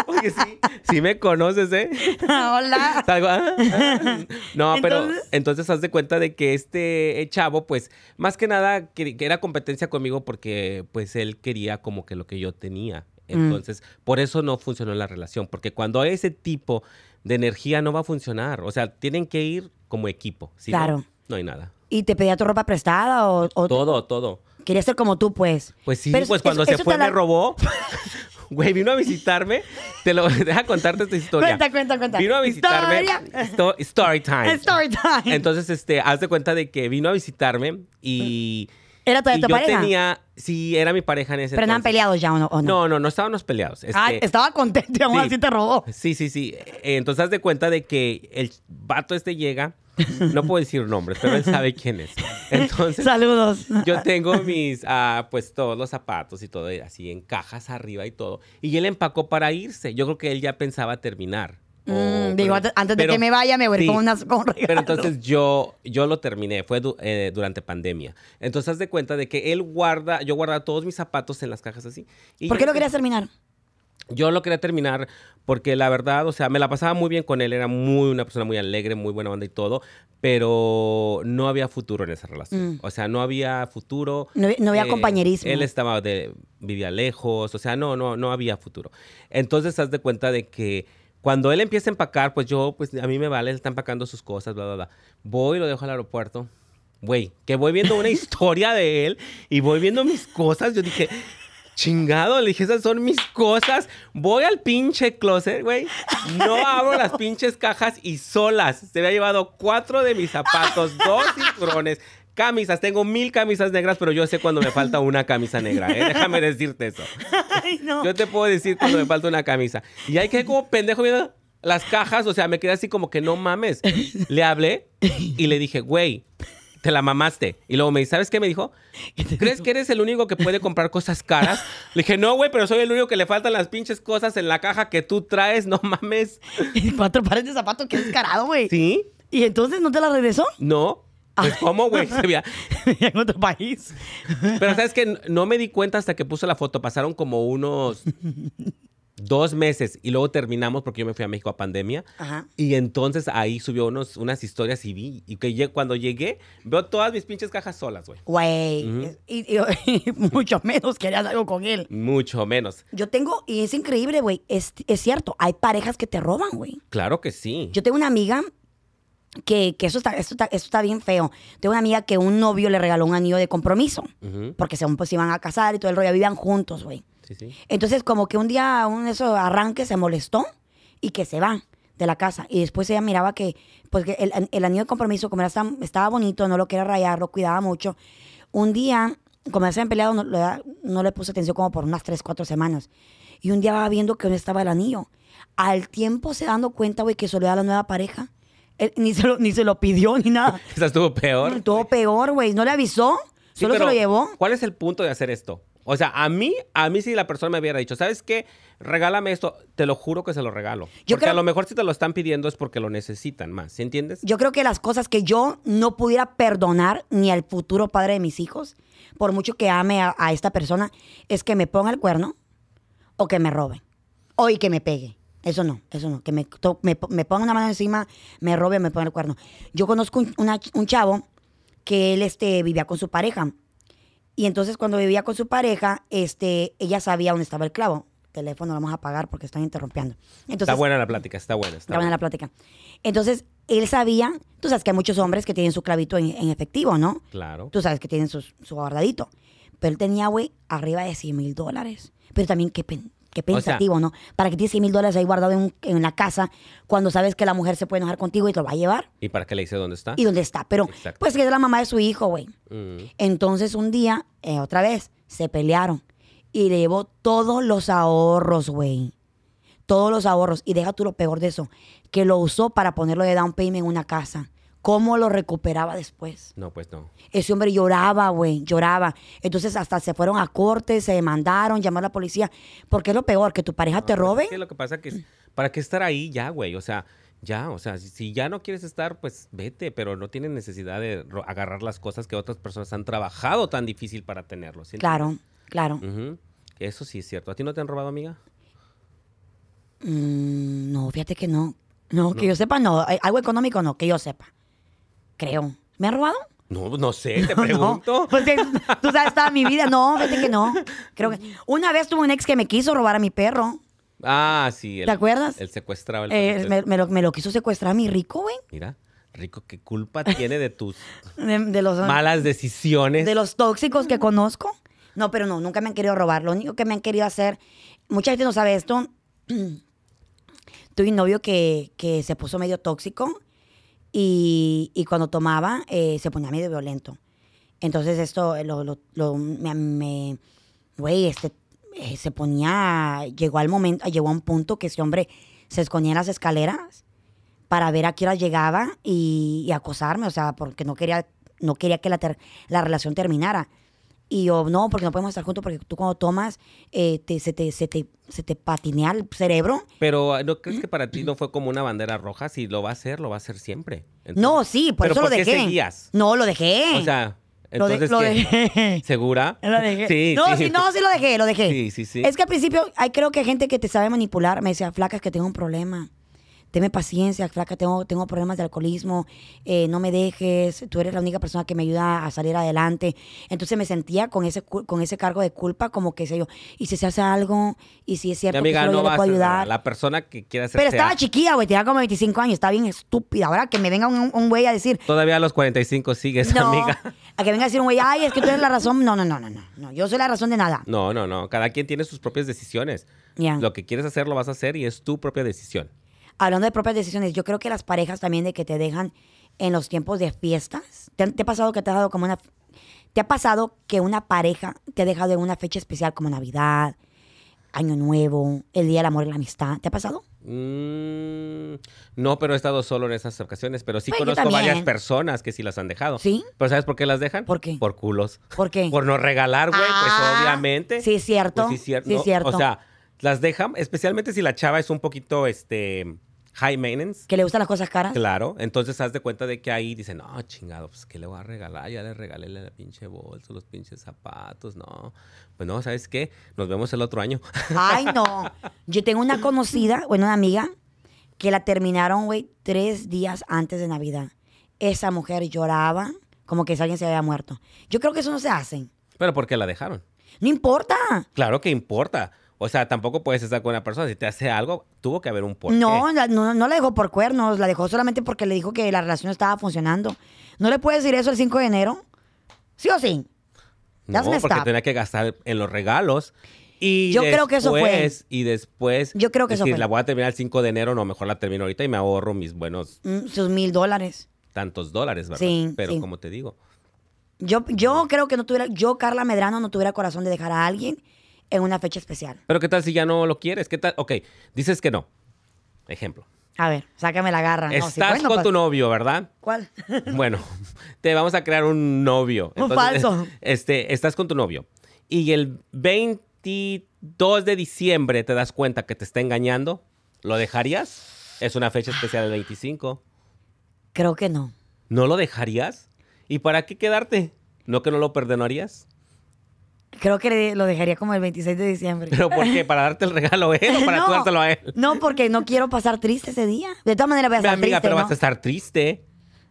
Speaker 2: Oye, sí, sí me conoces, ¿eh?
Speaker 1: Hola.
Speaker 2: Salgo, "Ah, ah". No,
Speaker 1: Entonces-
Speaker 2: pero entonces haz de cuenta de que este chavo, pues, más que nada que, que era competencia conmigo porque, pues, él quería como que lo que yo tenía.
Speaker 1: Mm.
Speaker 2: Entonces, por eso no funcionó la relación, porque cuando hay ese tipo de energía no va a funcionar. O sea, tienen que ir como equipo. ¿sí?
Speaker 1: Claro.
Speaker 2: No hay nada.
Speaker 1: ¿Y te pedía tu ropa prestada o, o
Speaker 2: Todo, todo.
Speaker 1: quería ser como tú, pues?
Speaker 2: Pues sí,
Speaker 1: Pero
Speaker 2: pues
Speaker 1: eso-
Speaker 2: cuando
Speaker 1: eso
Speaker 2: se
Speaker 1: te
Speaker 2: fue
Speaker 1: la-
Speaker 2: me robó. Güey, vino a visitarme. Te lo deja contarte esta historia.
Speaker 1: Cuenta, cuenta, cuenta.
Speaker 2: Vino a visitarme.
Speaker 1: Historia.
Speaker 2: Histo- story time.
Speaker 1: Story time.
Speaker 2: Entonces, este, haz de cuenta de que vino a visitarme y,
Speaker 1: ¿Era
Speaker 2: y
Speaker 1: todavía
Speaker 2: yo
Speaker 1: tu pareja?
Speaker 2: tenía, sí, era mi pareja en ese
Speaker 1: Pero andaban
Speaker 2: entonces.
Speaker 1: peleados ya o no. o no?
Speaker 2: No, no, no estábamos peleados. Este,
Speaker 1: Ah, estaba contento y aún
Speaker 2: sí. Pues,
Speaker 1: así te robó.
Speaker 2: Sí, sí, sí. Eh, Entonces, haz de cuenta de que el vato este llega No puedo decir nombres, pero él sabe quién es. Entonces,
Speaker 4: Saludos.
Speaker 2: yo tengo mis, ah, pues todos los zapatos y todo así en cajas arriba y todo. Y él empacó para irse. Yo creo que él ya pensaba terminar. O-
Speaker 4: Mm, digo,
Speaker 2: pero-
Speaker 4: antes, antes de
Speaker 2: pero-
Speaker 4: que me vaya, me voy a ir
Speaker 2: sí.
Speaker 4: con, unas, con un regalo.
Speaker 2: Pero entonces yo, yo lo terminé, fue du- eh, durante pandemia. Entonces haz de cuenta de que él guarda, yo guardaba todos mis zapatos en las cajas así. Y
Speaker 4: ¿Por
Speaker 2: yo
Speaker 4: qué lo
Speaker 2: empecé-
Speaker 4: querías terminar?
Speaker 2: yo lo quería terminar porque la verdad, o sea, me la pasaba muy bien con él, era muy una persona muy alegre, muy buena banda y todo, pero no había futuro en esa relación.
Speaker 4: Mm.
Speaker 2: O sea, no había futuro.
Speaker 4: No, había- no había
Speaker 2: Eh,
Speaker 4: compañerismo.
Speaker 2: Él estaba de vivía lejos, o sea, no no no había futuro. Entonces, haz de cuenta de que cuando él empieza a empacar, pues yo pues a mí me vale, él está empacando sus cosas, bla bla bla. Voy, lo dejo al aeropuerto. Güey, que voy viendo una historia de él y voy viendo mis cosas, yo dije, Chingado, le dije, esas son mis cosas. Voy al pinche closet, güey. No abro las pinches cajas y solas. Se había llevado cuatro de mis zapatos, dos cinturones, camisas. Tengo mil camisas negras, pero yo sé cuando me falta una camisa negra. ¿eh? Déjame decirte eso.
Speaker 4: Ay, no.
Speaker 2: Yo te puedo decir cuando me falta una camisa. Y hay que como pendejo viendo las cajas. O sea, me quedé así como que no mames. Le hablé y le dije, güey, te la mamaste. Y luego me dice, ¿sabes qué me dijo? ¿Crees que eres el único que puede comprar cosas caras? Le dije, no, güey, pero soy el único que le faltan las pinches cosas en la caja que tú traes. No mames.
Speaker 4: Cuatro pares de zapatos, qué descarado, güey.
Speaker 2: ¿Sí?
Speaker 4: ¿Y entonces no te la regresó?
Speaker 2: ¿No? Pues, ¿cómo, güey? Se veía-
Speaker 4: en otro país.
Speaker 2: Pero sabes que no me di cuenta hasta que puso la foto. Pasaron como unos dos meses y luego terminamos porque yo me fui a México a pandemia.
Speaker 4: Ajá.
Speaker 2: Y entonces ahí subió unos, unas historias y vi. Y que lle- cuando llegué, veo todas mis pinches cajas solas, güey.
Speaker 4: Güey.
Speaker 2: Ujú.
Speaker 4: y, y- y mucho menos querías algo con él.
Speaker 2: Mucho menos.
Speaker 4: Yo tengo, y es increíble, güey. Es, es cierto, hay parejas que te roban, güey.
Speaker 2: Claro que sí.
Speaker 4: Yo tengo una amiga que, que eso, está, eso, está, eso está bien feo. Tengo una amiga que un novio le regaló un anillo de compromiso.
Speaker 2: Ujú.
Speaker 4: Porque según pues se iban a casar y todo el rollo, vivían juntos, güey.
Speaker 2: Sí, sí.
Speaker 4: Entonces, como que un día un eso arranque se molestó y que se va de la casa. Y después ella miraba que, pues, que el, el anillo de compromiso, como era tan- estaba bonito, no lo quería rayar, lo cuidaba mucho. Un día, como ya se habían peleado, no, la- no le puse atención como por unas 3, 4 semanas. Y un día va viendo que no estaba el anillo. Al tiempo se dando cuenta, güey, que se lo da a la nueva pareja. Él ni, se lo, ni se lo pidió ni nada.
Speaker 2: Esa estuvo peor.
Speaker 4: Todo peor, güey. No le avisó,
Speaker 2: Sí,
Speaker 4: solo se
Speaker 2: pero,
Speaker 4: lo llevó.
Speaker 2: ¿Cuál es el punto de hacer esto? O sea, a mí, a mí si la persona me hubiera dicho, ¿sabes qué? Regálame esto, te lo juro que se lo regalo.
Speaker 4: Yo
Speaker 2: porque
Speaker 4: creo-
Speaker 2: a lo mejor si te lo están pidiendo es porque lo necesitan más, ¿sí entiendes?
Speaker 4: Yo creo que las cosas que yo no pudiera perdonar ni al futuro padre de mis hijos, por mucho que ame a, a esta persona, es que me ponga el cuerno o que me roben. O y que me pegue. Eso no, eso no. Que me, to- me, po- me ponga una mano encima, me robe o me ponga el cuerno. Yo conozco un, una ch- un chavo que él este, vivía con su pareja. Y entonces cuando vivía con su pareja, este, ella sabía dónde estaba el clavo. Teléfono lo vamos a apagar porque están interrumpiendo. Entonces,
Speaker 2: está buena la plática, está buena. Está
Speaker 4: Está buena la plática. Entonces, él sabía, tú sabes que hay muchos hombres que tienen su clavito en, en efectivo, ¿no?
Speaker 2: buena. Claro.
Speaker 4: Tú sabes que tienen sus- su guardadito. Pero él tenía, güey, arriba de 100 mil dólares. Pero también qué, pen- qué pensativo, ¿no? Para que tienes 100 mil dólares ahí guardado en, un- en la casa cuando sabes que la mujer se puede enojar contigo y te lo va a llevar.
Speaker 2: ¿Y para qué le dice dónde está?
Speaker 4: ¿Y dónde está? Pero,
Speaker 2: Ah, Exacto.
Speaker 4: pues, que es la mamá de su hijo, güey.
Speaker 2: Mm.
Speaker 4: Entonces un día, eh, otra vez, se pelearon y le llevó todos los ahorros, güey. Todos los ahorros. Y deja tú lo peor de eso, que lo usó para ponerlo de down payment en una casa. ¿Cómo lo recuperaba después?
Speaker 2: No, pues no.
Speaker 4: Ese hombre lloraba, güey, lloraba. Entonces hasta se fueron a corte, se demandaron, llamaron a la policía. Porque es lo peor, que tu pareja te
Speaker 2: No, pues,
Speaker 4: robe.
Speaker 2: es que lo que pasa que es, ¿para qué estar ahí ya, güey? O sea, ya, o sea, si, si ya no quieres estar, pues vete, pero no tienes necesidad de ro- agarrar las cosas que otras personas han trabajado tan difícil para tenerlo. ¿sí entiendes?
Speaker 4: Claro, claro.
Speaker 2: Ujú. Que Eso sí es cierto. ¿A ti no te han robado, amiga?
Speaker 4: Mm, no, fíjate que no. No, que yo sepa, no. Eh, Algo económico no, que yo sepa. Creo. ¿Me han robado?
Speaker 2: No, no sé, te
Speaker 4: No,
Speaker 2: pregunto.
Speaker 4: no. Pues que tú sabes toda mi vida. No, fíjate que no. Creo que una vez tuve un ex que me quiso robar a mi perro.
Speaker 2: Ah, sí.
Speaker 4: ¿Te acuerdas?
Speaker 2: El secuestrado. el-
Speaker 4: Eh,
Speaker 2: el-
Speaker 4: me, me lo, me lo quiso secuestrar a mi rico, güey.
Speaker 2: Mira, Rico, ¿qué culpa tiene de tus
Speaker 4: De, de los
Speaker 2: malas decisiones?
Speaker 4: de los tóxicos que conozco. No, pero no, nunca me han querido robar. Lo único que me han querido hacer, mucha gente no sabe esto. Tuve un novio que, que se puso medio tóxico y, y cuando tomaba eh, se ponía medio violento. Entonces esto, eh, lo, lo- lo- me, me- güey, este, eh, se ponía, llegó al momento, llegó a un punto que ese hombre se escondía en las escaleras para ver a qué hora llegaba y, y acosarme, o sea, porque no quería, no quería que la, ter- la relación terminara. Y yo, no, porque no podemos estar juntos, porque tú cuando tomas, eh, te- se, te, se, te, se te patinea el cerebro.
Speaker 2: Pero ah, ¿no crees que para ti no fue como una bandera roja? Si lo va a hacer, lo va a hacer siempre. Entonces-
Speaker 4: No, sí, por
Speaker 2: ¿Pero
Speaker 4: eso lo
Speaker 2: por qué
Speaker 4: dejé.
Speaker 2: seguías?
Speaker 4: No, lo dejé.
Speaker 2: O sea,
Speaker 4: Lo de-
Speaker 2: entonces
Speaker 4: lo
Speaker 2: ¿qué?
Speaker 4: dejé.
Speaker 2: ¿Segura?
Speaker 4: Lo dejé.
Speaker 2: Sí,
Speaker 4: no,
Speaker 2: sí.
Speaker 4: sí, no, sí lo dejé, lo dejé.
Speaker 2: Sí, sí, sí.
Speaker 4: Es que al principio hay creo que hay gente que te sabe manipular. Me decía, flaca, es que tengo un problema. Teme paciencia, flaca, tengo, tengo problemas de alcoholismo. eh, no me dejes. Tú eres la única persona que me ayuda a salir adelante. Entonces me sentía con ese, cu- con ese cargo de culpa, como que sé yo. Y si se hace algo, y si es
Speaker 2: Mi
Speaker 4: cierto
Speaker 2: amiga
Speaker 4: que solo
Speaker 2: no
Speaker 4: yo
Speaker 2: va
Speaker 4: le
Speaker 2: a
Speaker 4: puedo
Speaker 2: hacer nada.
Speaker 4: ayudar.
Speaker 2: La persona que quiera hacer
Speaker 4: Pero
Speaker 2: sea-
Speaker 4: estaba chiquilla, güey, tenía como 25 años, estaba bien estúpida. Ahora que me venga un, un güey a decir,
Speaker 2: Todavía a los 45 sigues,
Speaker 4: no,
Speaker 2: amiga.
Speaker 4: a que venga a decir un güey, ay, es que tú eres la razón. No, no, no, no, no, no, yo soy la razón de nada.
Speaker 2: No, no, no. Cada quien tiene sus propias decisiones.
Speaker 4: Ya.
Speaker 2: Lo que quieres hacer lo vas a hacer y es tu propia decisión.
Speaker 4: Hablando de propias decisiones, yo creo que las parejas también de que te dejan en los tiempos de fiestas, ¿te, han- te ha pasado que te ha dado como una, te ha pasado que una pareja te ha dejado en una fecha especial como Navidad, Año Nuevo, el Día del Amor y la Amistad, ¿te ha pasado?
Speaker 2: Mm, no, pero he estado solo en esas ocasiones. Pero sí
Speaker 4: Pues yo
Speaker 2: conozco
Speaker 4: también.
Speaker 2: varias personas que sí las han dejado.
Speaker 4: ¿Sí?
Speaker 2: ¿Pero sabes por qué las dejan?
Speaker 4: ¿Por qué?
Speaker 2: Por culos.
Speaker 4: ¿Por qué?
Speaker 2: Por no regalar, güey.
Speaker 4: Ah,
Speaker 2: pues obviamente.
Speaker 4: sí, es cierto,
Speaker 2: Pues, sí, cierto.
Speaker 4: sí, es cierto.
Speaker 2: O sea, las dejan, especialmente si la chava es un poquito, este, high maintenance.
Speaker 4: Que le gustan las cosas caras.
Speaker 2: Claro, entonces haz de cuenta de que ahí dicen, no, chingado, pues ¿qué le voy a regalar? Ya le regalé la pinche bolsa, los pinches zapatos, no. Pues no, ¿sabes qué? Nos vemos el otro año.
Speaker 4: Ay, no. Yo tengo una conocida, bueno, una amiga, que la terminaron, güey, tres días antes de Navidad. Esa mujer lloraba como que si alguien se había muerto. Yo creo que eso no se hace.
Speaker 2: Pero ¿por qué la dejaron?
Speaker 4: No importa.
Speaker 2: Claro que importa. O sea, tampoco puedes estar con una persona. Si te hace algo, tuvo que haber un por
Speaker 4: No,
Speaker 2: qué.
Speaker 4: la- no, no la dejó por cuernos, la dejó solamente porque le dijo que la relación no estaba funcionando. ¿No le puedes decir eso el 5 de enero? ¿Sí o sí?
Speaker 2: No,
Speaker 4: that's messed
Speaker 2: porque
Speaker 4: up.
Speaker 2: tenía que gastar en los regalos. Y
Speaker 4: Yo creo que eso fue.
Speaker 2: después- Y después.
Speaker 4: Yo creo que eso
Speaker 2: decir,
Speaker 4: fue.
Speaker 2: la voy a terminar el 5 de enero, no, mejor la termino ahorita y me ahorro mis buenos
Speaker 4: Mm, Sus mil dólares.
Speaker 2: tantos dólares, ¿verdad?
Speaker 4: Sí,
Speaker 2: Pero
Speaker 4: sí.
Speaker 2: como te digo,
Speaker 4: Yo, yo creo que no tuviera, yo, Carla Medrano, no tuviera corazón de dejar a alguien en una fecha especial.
Speaker 2: Pero ¿qué tal si ya no lo quieres? ¿Qué tal? Ok, dices que no. Ejemplo.
Speaker 4: A ver, sácame la garra. No, sí,
Speaker 2: Estás
Speaker 4: bueno,
Speaker 2: con
Speaker 4: pues,
Speaker 2: tu novio, ¿verdad?
Speaker 4: ¿Cuál?
Speaker 2: Bueno, te vamos a crear un novio.
Speaker 4: Un falso.
Speaker 2: Este, estás con tu novio. Y el 22 de diciembre te das cuenta que te está engañando. ¿Lo dejarías? Es una fecha especial del 25.
Speaker 4: Creo que no.
Speaker 2: ¿No lo dejarías? ¿Y para qué quedarte? ¿No que no lo perdonarías?
Speaker 4: Creo que le- lo dejaría como el 26 de diciembre.
Speaker 2: ¿Pero por qué? ¿Para darte el regalo a él o para
Speaker 4: No,
Speaker 2: tú dártelo a él?
Speaker 4: No, porque no quiero pasar triste ese día. De todas maneras voy a
Speaker 2: Mi
Speaker 4: estar
Speaker 2: amiga,
Speaker 4: triste,
Speaker 2: pero
Speaker 4: ¿no?
Speaker 2: vas a estar triste.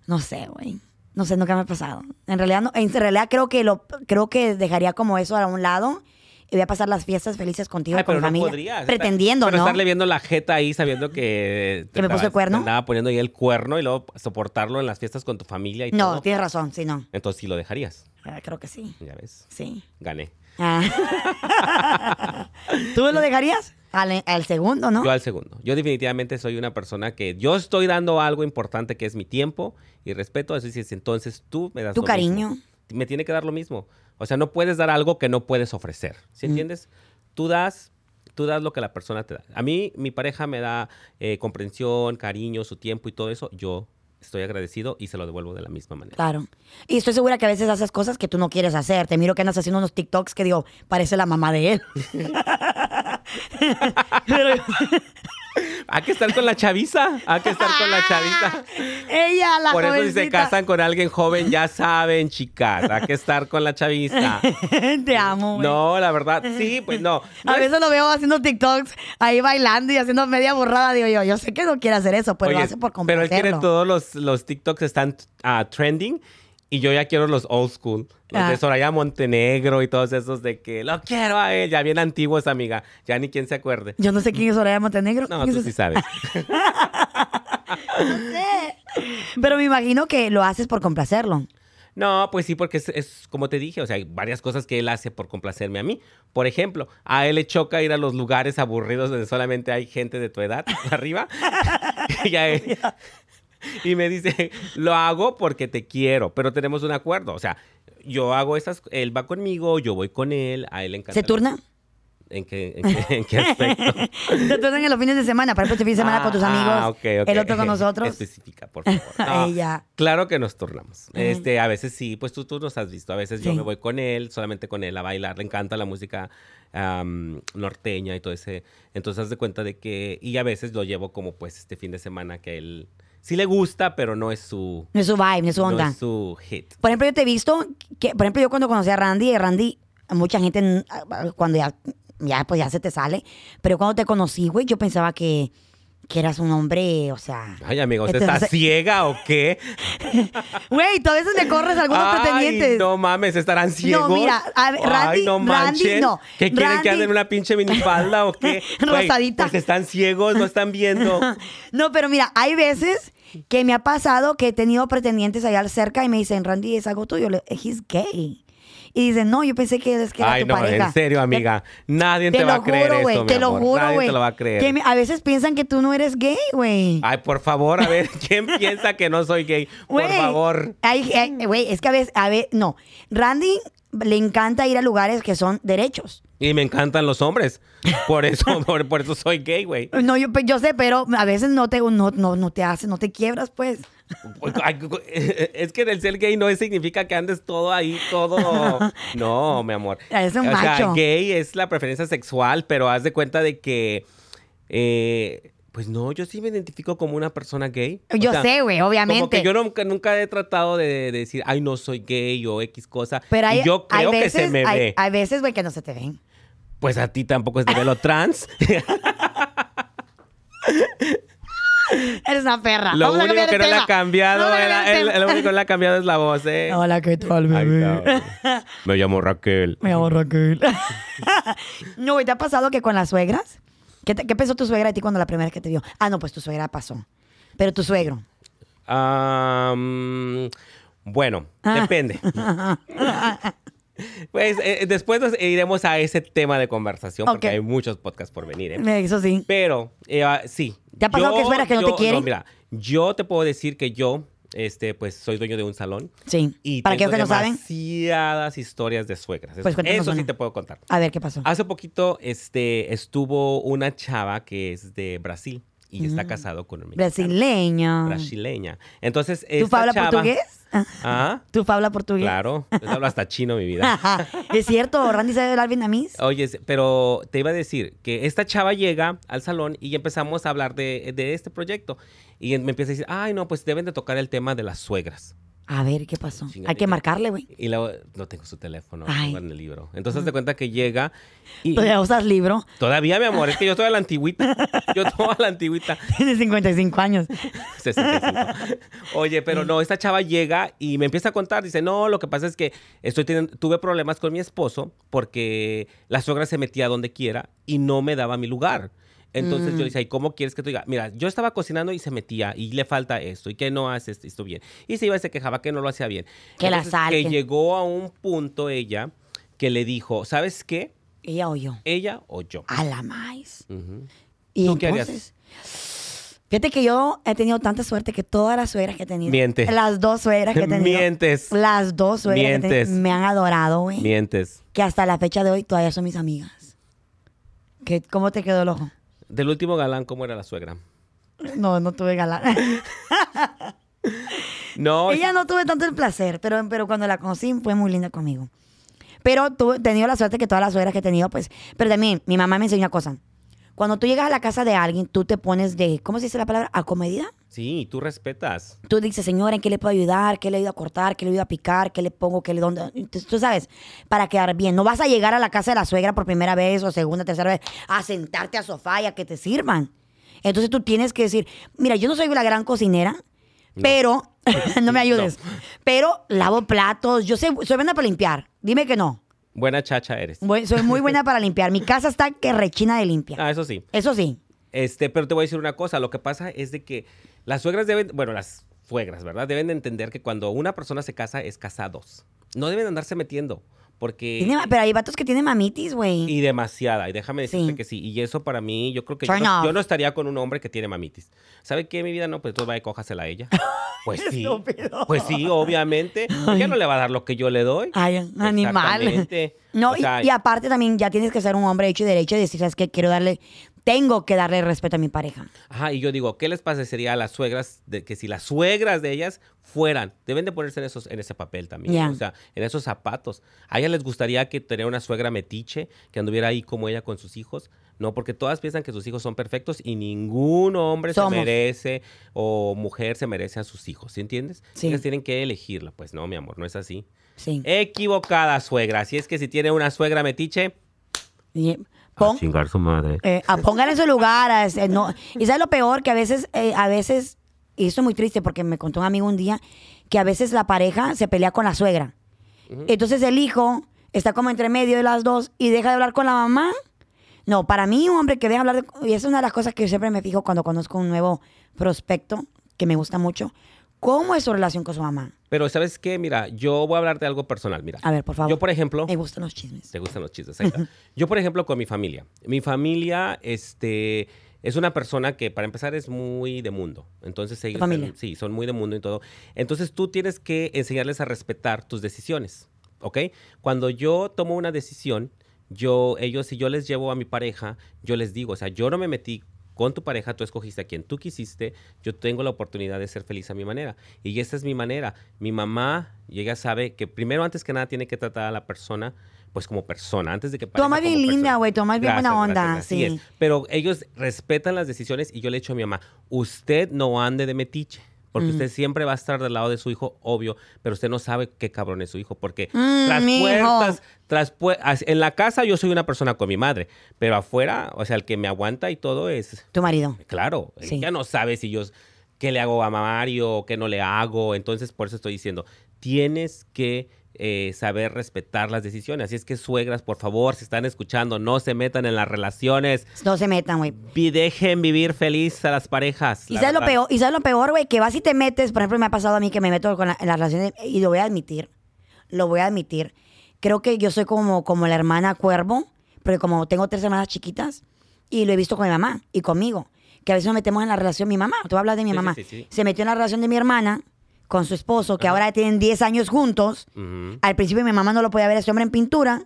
Speaker 4: No sé, güey. No sé, nunca me ha pasado. En realidad, no, en realidad creo que lo, creo que dejaría como eso a un lado y voy a pasar las fiestas felices contigo
Speaker 2: Ay,
Speaker 4: con
Speaker 2: pero
Speaker 4: mi
Speaker 2: no
Speaker 4: familia.
Speaker 2: podrías.
Speaker 4: Pretendiendo,
Speaker 2: Pero
Speaker 4: ¿no?
Speaker 2: estarle viendo la jeta ahí sabiendo que...
Speaker 4: ¿Que me puso el
Speaker 2: estabas-
Speaker 4: cuerno?
Speaker 2: te Andaba poniendo ahí el cuerno y luego soportarlo en las fiestas con tu familia y
Speaker 4: No,
Speaker 2: todo.
Speaker 4: tienes razón, sí, no.
Speaker 2: Entonces sí lo dejarías.
Speaker 4: Ah, Creo que sí.
Speaker 2: Ya ves.
Speaker 4: Sí.
Speaker 2: Gané.
Speaker 4: Ah. ¿Tú lo dejarías? Al, al segundo, ¿no?
Speaker 2: Yo al segundo. Yo definitivamente soy una persona que... Yo estoy dando algo importante que es mi tiempo y respeto. Así es, entonces tú me das
Speaker 4: Tu
Speaker 2: lo mismo.
Speaker 4: cariño.
Speaker 2: Me tiene que dar lo mismo. O sea, no puedes dar algo que no puedes ofrecer. ¿Sí
Speaker 4: Mm.
Speaker 2: entiendes? Tú das... Tú das lo que la persona te da. A mí, mi pareja me da eh, comprensión, cariño, su tiempo y todo eso. Yo estoy agradecido y se lo devuelvo de la misma manera.
Speaker 4: Claro. Y estoy segura que a veces haces cosas que tú no quieres hacer. Te miro que andas haciendo unos TikToks que digo, parece la mamá de él. Pero-
Speaker 2: Hay que estar con la chaviza. Hay que estar con la chaviza.
Speaker 4: Ella, Ah, la
Speaker 2: Por eso si
Speaker 4: jovencita.
Speaker 2: se casan con alguien joven, ya saben, chicas. Hay que estar con la chaviza.
Speaker 4: Te amo, güey.
Speaker 2: No, la verdad, sí, pues no. No
Speaker 4: A
Speaker 2: es-
Speaker 4: veces lo veo haciendo TikToks, ahí bailando y haciendo media borrada. Digo yo, yo sé que no quiere hacer eso, pero pues lo
Speaker 2: Oye,
Speaker 4: hace por
Speaker 2: Pero él
Speaker 4: complacerlo.
Speaker 2: quiere todos los, los TikToks están ah, trending y yo ya quiero los old school. Los
Speaker 4: Ah.
Speaker 2: de Soraya Montenegro y todos esos de que lo quiero a él. Ya bien antiguos, amiga. Ya ni quien se acuerde.
Speaker 4: Yo no sé quién es Soraya Montenegro.
Speaker 2: No,
Speaker 4: ¿Quién es
Speaker 2: tú
Speaker 4: esa?
Speaker 2: sí sabes.
Speaker 4: Pero me imagino que lo haces por complacerlo.
Speaker 2: No, pues sí, porque es, es como te dije, o sea, hay varias cosas que él hace por complacerme a mí. Por ejemplo, a él le choca ir a los lugares aburridos donde solamente hay gente de tu edad arriba. y a él- y me dice, lo hago porque te quiero, pero tenemos un acuerdo. O sea, yo hago esas, él va conmigo, yo voy con él, a él le encanta.
Speaker 4: ¿Se turna?
Speaker 2: ¿En qué, en qué- en qué aspecto?
Speaker 4: Entonces, tú en los fines de semana, para este fin de semana con tus
Speaker 2: Ah,
Speaker 4: amigos,
Speaker 2: ok, Este ok.
Speaker 4: el otro con nosotros.
Speaker 2: Especifica, por favor. No,
Speaker 4: Ella.
Speaker 2: Claro que nos tornamos. Este, a veces sí, pues tú, tú nos has visto. A veces yo
Speaker 4: Sí.
Speaker 2: me voy con él, solamente con él a bailar. Le encanta la música am, norteña y todo ese. Entonces haz de cuenta de que. Y a veces lo llevo como pues este fin de semana que a él sí le gusta, pero no es su.
Speaker 4: No es su vibe, no es su onda.
Speaker 2: No es su hit.
Speaker 4: Por ejemplo, yo te he visto, que, por ejemplo, yo cuando conocí a Randy, eh, Randy, a mucha gente, n- a- a- cuando ya, ya, pues ya se te sale, pero cuando te conocí, güey, yo pensaba que, que eras un hombre, o sea...
Speaker 2: Ay, amigo, ¿usted
Speaker 4: Entonces-
Speaker 2: está ciega o qué?
Speaker 4: Güey, tú a veces le corres a algunos
Speaker 2: Ay,
Speaker 4: pretendientes.
Speaker 2: No mames, estarán ciegos.
Speaker 4: mira, a ver, Randy- Randy
Speaker 2: manchen.
Speaker 4: no.
Speaker 2: ¿Qué quieren
Speaker 4: Randy-
Speaker 2: que anden en una pinche minifalda o qué? Güey,
Speaker 4: Rosadita.
Speaker 2: pues están ciegos, no están viendo.
Speaker 4: No, pero mira, hay veces que me ha pasado que he tenido pretendientes allá cerca y me dicen, Randy, es algo tuyo. Le- He's gay. Y dicen, no, yo pensé que, es que era
Speaker 2: Ay,
Speaker 4: tu
Speaker 2: no,
Speaker 4: pareja.
Speaker 2: en serio, amiga. Nadie te, va a creer
Speaker 4: güey,
Speaker 2: eso, mi
Speaker 4: te lo
Speaker 2: amor.
Speaker 4: juro,
Speaker 2: Nadie
Speaker 4: güey.
Speaker 2: te lo va a creer.
Speaker 4: Que me- a veces piensan que tú no eres gay, güey.
Speaker 2: Ay, por favor, a ver, ¿quién piensa que no soy gay? Por
Speaker 4: Güey,
Speaker 2: favor.
Speaker 4: hay- hay- Güey, es que a veces, a veces, no. Randy le encanta ir a lugares que son derechos.
Speaker 2: Y me encantan los hombres. Por eso, por, por eso soy gay, güey.
Speaker 4: No, yo, yo sé, pero a veces no te, no, no, no te haces, no te quiebras, pues.
Speaker 2: Ay, gu- Es que el ser gay no significa que andes todo ahí, todo. No, mi amor.
Speaker 4: Es un
Speaker 2: o Sea,
Speaker 4: macho.
Speaker 2: gay es la preferencia sexual, pero haz de cuenta de que. eh, pues no, yo sí me identifico como una persona gay. O
Speaker 4: Yo
Speaker 2: sea,
Speaker 4: sé, güey, obviamente.
Speaker 2: Como que yo nunca, nunca he tratado de, de decir, ay, no soy gay o X cosa.
Speaker 4: Pero hay,
Speaker 2: y yo creo
Speaker 4: hay veces,
Speaker 2: que se me
Speaker 4: hay,
Speaker 2: ve.
Speaker 4: hay veces, güey, que no se te ven.
Speaker 2: Pues a ti tampoco se te ve lo trans.
Speaker 4: Eres una perra.
Speaker 2: lo
Speaker 4: Vamos a
Speaker 2: único
Speaker 4: cambiar
Speaker 2: que
Speaker 4: de
Speaker 2: no le
Speaker 4: tema.
Speaker 2: ha cambiado,
Speaker 4: Vamos a
Speaker 2: era-
Speaker 4: cambiar
Speaker 2: el-
Speaker 4: de tema.
Speaker 2: lo único que no le ha cambiado es la voz, ¿eh?
Speaker 4: Hola, ¿qué tal,
Speaker 2: Ay,
Speaker 4: bebé?
Speaker 2: cabrón. Me llamo Raquel.
Speaker 4: Me ahorro aquel. no, güey, ¿te ha pasado que con las suegras? ¿Qué, te- qué pensó tu suegra de ti cuando la primera vez que te vio? Ah, no, pues tu suegra pasó. Pero tu suegro.
Speaker 2: Am, bueno,
Speaker 4: Ah.
Speaker 2: depende. pues eh, después nos iremos a ese tema de conversación porque
Speaker 4: Ok.
Speaker 2: hay muchos podcasts por venir. ¿eh?
Speaker 4: Eso sí.
Speaker 2: Pero, eh, ah, sí.
Speaker 4: ¿Te ha pasado que esperas que no te
Speaker 2: yo-
Speaker 4: quieren?
Speaker 2: mira, yo te puedo decir que yo, este, pues soy dueño de un salón.
Speaker 4: Sí.
Speaker 2: Y
Speaker 4: Para aquellos
Speaker 2: tengo
Speaker 4: que no saben,
Speaker 2: demasiadas historias de suegras. Eso-
Speaker 4: Pues cuéntanos
Speaker 2: eso sí
Speaker 4: una.
Speaker 2: te puedo contar.
Speaker 4: a ver qué pasó.
Speaker 2: Hace poquito este, estuvo una chava que es de Brasil y
Speaker 4: Mm.
Speaker 2: está casado con un mexicano.
Speaker 4: Brasileño.
Speaker 2: Brasileña. Entonces,
Speaker 4: Ah. ¿Tú
Speaker 2: esta
Speaker 4: hablas
Speaker 2: chava-
Speaker 4: portugués? Ah,
Speaker 2: Ah,
Speaker 4: ¿Tú hablas portugués?
Speaker 2: claro. Yo hablo hasta chino, mi vida.
Speaker 4: Ajá. es cierto, Randy sabe hablar vietnamís.
Speaker 2: Oye, pero te iba a decir que esta chava llega al salón y empezamos a hablar de, de este proyecto. Y me empieza a decir, ay, no, pues deben de tocar el tema de las suegras.
Speaker 4: A ver qué pasó.
Speaker 2: Chinga,
Speaker 4: Hay que
Speaker 2: mira.
Speaker 4: marcarle, güey.
Speaker 2: Y luego, no tengo su teléfono, lo
Speaker 4: Ay.
Speaker 2: tengo en el libro. Entonces, te cuenta que llega y...
Speaker 4: Todavía usas libro.
Speaker 2: Todavía, mi amor, es que yo estoy a la antigüita. Yo toda la antigüita.
Speaker 4: Tienes 55 años.
Speaker 2: 65. Oye, pero no, esta chava llega y me empieza a contar. Dice, no, lo que pasa es que estoy teniendo- tuve problemas con mi esposo porque la suegra se metía donde quiera y no me daba mi lugar. Entonces yo
Speaker 4: Mm.
Speaker 2: le decía, ¿y cómo quieres que te diga? Mira, yo estaba cocinando y se metía y le falta esto y que no hace esto- esto bien. Y se iba y se quejaba que no lo hacía bien.
Speaker 4: Que la
Speaker 2: Que
Speaker 4: saquen.
Speaker 2: llegó a un punto ella que le dijo, ¿sabes qué?
Speaker 4: Ella o yo.
Speaker 2: Ella o yo.
Speaker 4: A la más.
Speaker 2: Ujú.
Speaker 4: Y
Speaker 2: Mm. ¿Tú qué harías?
Speaker 4: entonces, fíjate que yo he tenido tanta suerte que todas las suegras que he tenido.
Speaker 2: Miente.
Speaker 4: Las dos suegras que he tenido.
Speaker 2: Mientes.
Speaker 4: Las dos suegras que he tenido,
Speaker 2: Mientes.
Speaker 4: me han adorado, güey.
Speaker 2: Mientes.
Speaker 4: Que hasta la fecha de hoy todavía son mis amigas. ¿Qué, ¿Cómo te quedó el ojo?
Speaker 2: Del último galán, ¿cómo era la suegra?
Speaker 4: No, no tuve galán.
Speaker 2: No,
Speaker 4: Ella no tuve tanto el placer, pero, pero cuando la conocí fue muy linda conmigo. Pero tuve, he tenido la suerte que todas las suegras que he tenido, pues. Pero también, mi mamá me enseñó una cosa. Cuando tú llegas a la casa de alguien, tú te pones de, ¿cómo se dice la palabra? ¿Acomedida?
Speaker 2: Sí, tú respetas.
Speaker 4: tú dices, señora, ¿en qué le puedo ayudar? ¿Qué le ayudo a cortar? ¿Qué le ayudo a picar? ¿Qué le pongo? ¿Qué le dónde? Entonces, tú sabes, para quedar bien. No vas a llegar a la casa de la suegra por primera vez o segunda, tercera vez a sentarte a sofá y a que te sirvan. Entonces tú tienes que decir, mira, yo no soy la gran cocinera, pero no me ayudes. Pero lavo platos, yo sé, soy buena para limpiar. Dime que no.
Speaker 2: Buena chacha eres.
Speaker 4: Bu- Soy muy buena para limpiar. Mi casa está que rechina de limpia.
Speaker 2: Ah, eso sí.
Speaker 4: Eso sí.
Speaker 2: Este, pero te voy a decir una cosa. Lo que pasa es de que las suegras deben, bueno, las suegras, ¿verdad? Deben de entender que cuando una persona se casa es casados. No deben de andarse metiendo. Porque...
Speaker 4: Tiene ma- pero hay vatos que tienen mamitis, güey.
Speaker 2: Y demasiada. Y déjame decirte
Speaker 4: Sí.
Speaker 2: que sí. Y eso para mí, yo creo que yo
Speaker 4: Turn
Speaker 2: no,
Speaker 4: off.
Speaker 2: yo no estaría con un hombre que tiene mamitis. ¿Sabe qué? Mi vida no, pues entonces vaya y cójasela a ella. Pues sí.
Speaker 4: Estúpido.
Speaker 2: Pues sí, obviamente. Ella no le va a dar lo que yo le doy.
Speaker 4: Ay, animal.
Speaker 2: Exactamente.
Speaker 4: No,
Speaker 2: O
Speaker 4: y-
Speaker 2: sea,
Speaker 4: y, aparte también ya tienes que ser un hombre hecho y derecho y decir, ¿sabes qué? Quiero darle, tengo que darle respeto a mi pareja.
Speaker 2: Ajá, y yo digo, ¿qué les sería a las suegras de que si las suegras de ellas fueran? Deben de ponerse en esos, en ese papel también,
Speaker 4: Ya.
Speaker 2: o sea, en esos zapatos. ¿A ellas les gustaría que tener una suegra metiche, que anduviera ahí como ella con sus hijos? No, porque todas piensan que sus hijos son perfectos y ningún hombre
Speaker 4: Somos.
Speaker 2: se merece o mujer se merece a sus hijos, ¿sí entiendes?
Speaker 4: Sí.
Speaker 2: Ellas tienen que elegirla. Pues no, mi amor, no es así.
Speaker 4: Sí.
Speaker 2: Eh, Equivocada suegra. Así es que si tiene una suegra metiche,
Speaker 4: Y pon-
Speaker 2: chingar su madre.
Speaker 4: eh, a- póngala en su lugar. a ese- no. Y sabes lo peor, que a veces, eh, a veces, y eso es muy triste porque me contó un amigo un día, que a veces la pareja se pelea con la suegra. Entonces el hijo está como entre medio de las dos y deja de hablar con la mamá. No, para mí un hombre que deja hablar, de- y esa es una de las cosas que siempre me fijo cuando conozco un nuevo prospecto, que me gusta mucho, ¿cómo es su relación con su mamá?
Speaker 2: Pero ¿sabes qué? Mira, yo voy a hablar de algo personal, mira.
Speaker 4: A ver, por favor.
Speaker 2: Yo, por ejemplo,
Speaker 4: Me gustan los chismes.
Speaker 2: te gustan los chistes. ahí está. Yo, por ejemplo, con mi familia. Mi familia, este, es una persona que para empezar es muy de mundo. Entonces ellos
Speaker 4: familia?
Speaker 2: son- sí, son muy de mundo y todo. Entonces tú tienes que enseñarles a respetar tus decisiones, ¿ok? Cuando yo tomo una decisión, yo ellos si yo les llevo a mi pareja, yo les digo, o sea, yo no me metí con tu pareja, tú escogiste a quien tú quisiste, yo tengo la oportunidad de ser feliz a mi manera. Y esa es mi manera. Mi mamá, y ella sabe que primero, antes que nada, tiene que tratar a la persona, pues como persona, antes de que
Speaker 4: Tu mamá
Speaker 2: pareja
Speaker 4: es bien
Speaker 2: como
Speaker 4: linda,
Speaker 2: persona.
Speaker 4: güey, tu mamá es bien
Speaker 2: Gracias,
Speaker 4: buena onda,
Speaker 2: gracias, así
Speaker 4: sí.
Speaker 2: es. Pero ellos respetan las decisiones y yo le he dicho a mi mamá, usted no ande de metiche. Porque
Speaker 4: Mm.
Speaker 2: usted siempre va a estar del lado de su hijo, obvio, pero usted no sabe qué cabrón es su hijo. Porque
Speaker 4: Mm,
Speaker 2: tras
Speaker 4: mijo.
Speaker 2: puertas, tras pue- as- en la casa yo soy una persona con mi madre, pero afuera, o sea, el que me aguanta y todo es
Speaker 4: Tu marido.
Speaker 2: Claro,
Speaker 4: Sí.
Speaker 2: ella no sabe si yo qué le hago a Mario, qué no le hago. Entonces, por eso estoy diciendo, tienes que eh, saber respetar las decisiones. Así es que, suegras, por favor, si están escuchando, no se metan en las relaciones.
Speaker 4: No se metan, güey.
Speaker 2: Vi- Dejen vivir feliz a las parejas.
Speaker 4: ¿Y
Speaker 2: la
Speaker 4: sabes, lo
Speaker 2: verdad.
Speaker 4: peor, y sabes lo peor, güey, que vas y te metes, por ejemplo, me ha pasado a mí que me meto con la- en las relaciones y lo voy a admitir, lo voy a admitir. Creo que yo soy como, como la hermana cuervo, porque como tengo tres hermanas chiquitas y lo he visto con mi mamá y conmigo, que a veces nos metemos en la relación mi mamá, tú hablas de mi
Speaker 2: Sí, sí,
Speaker 4: mamá,
Speaker 2: sí, sí.
Speaker 4: se metió en la relación de mi hermana con su esposo, que ahora tienen 10 años juntos.
Speaker 2: Ujú,
Speaker 4: Al principio mi mamá no lo podía ver a ese hombre en pintura.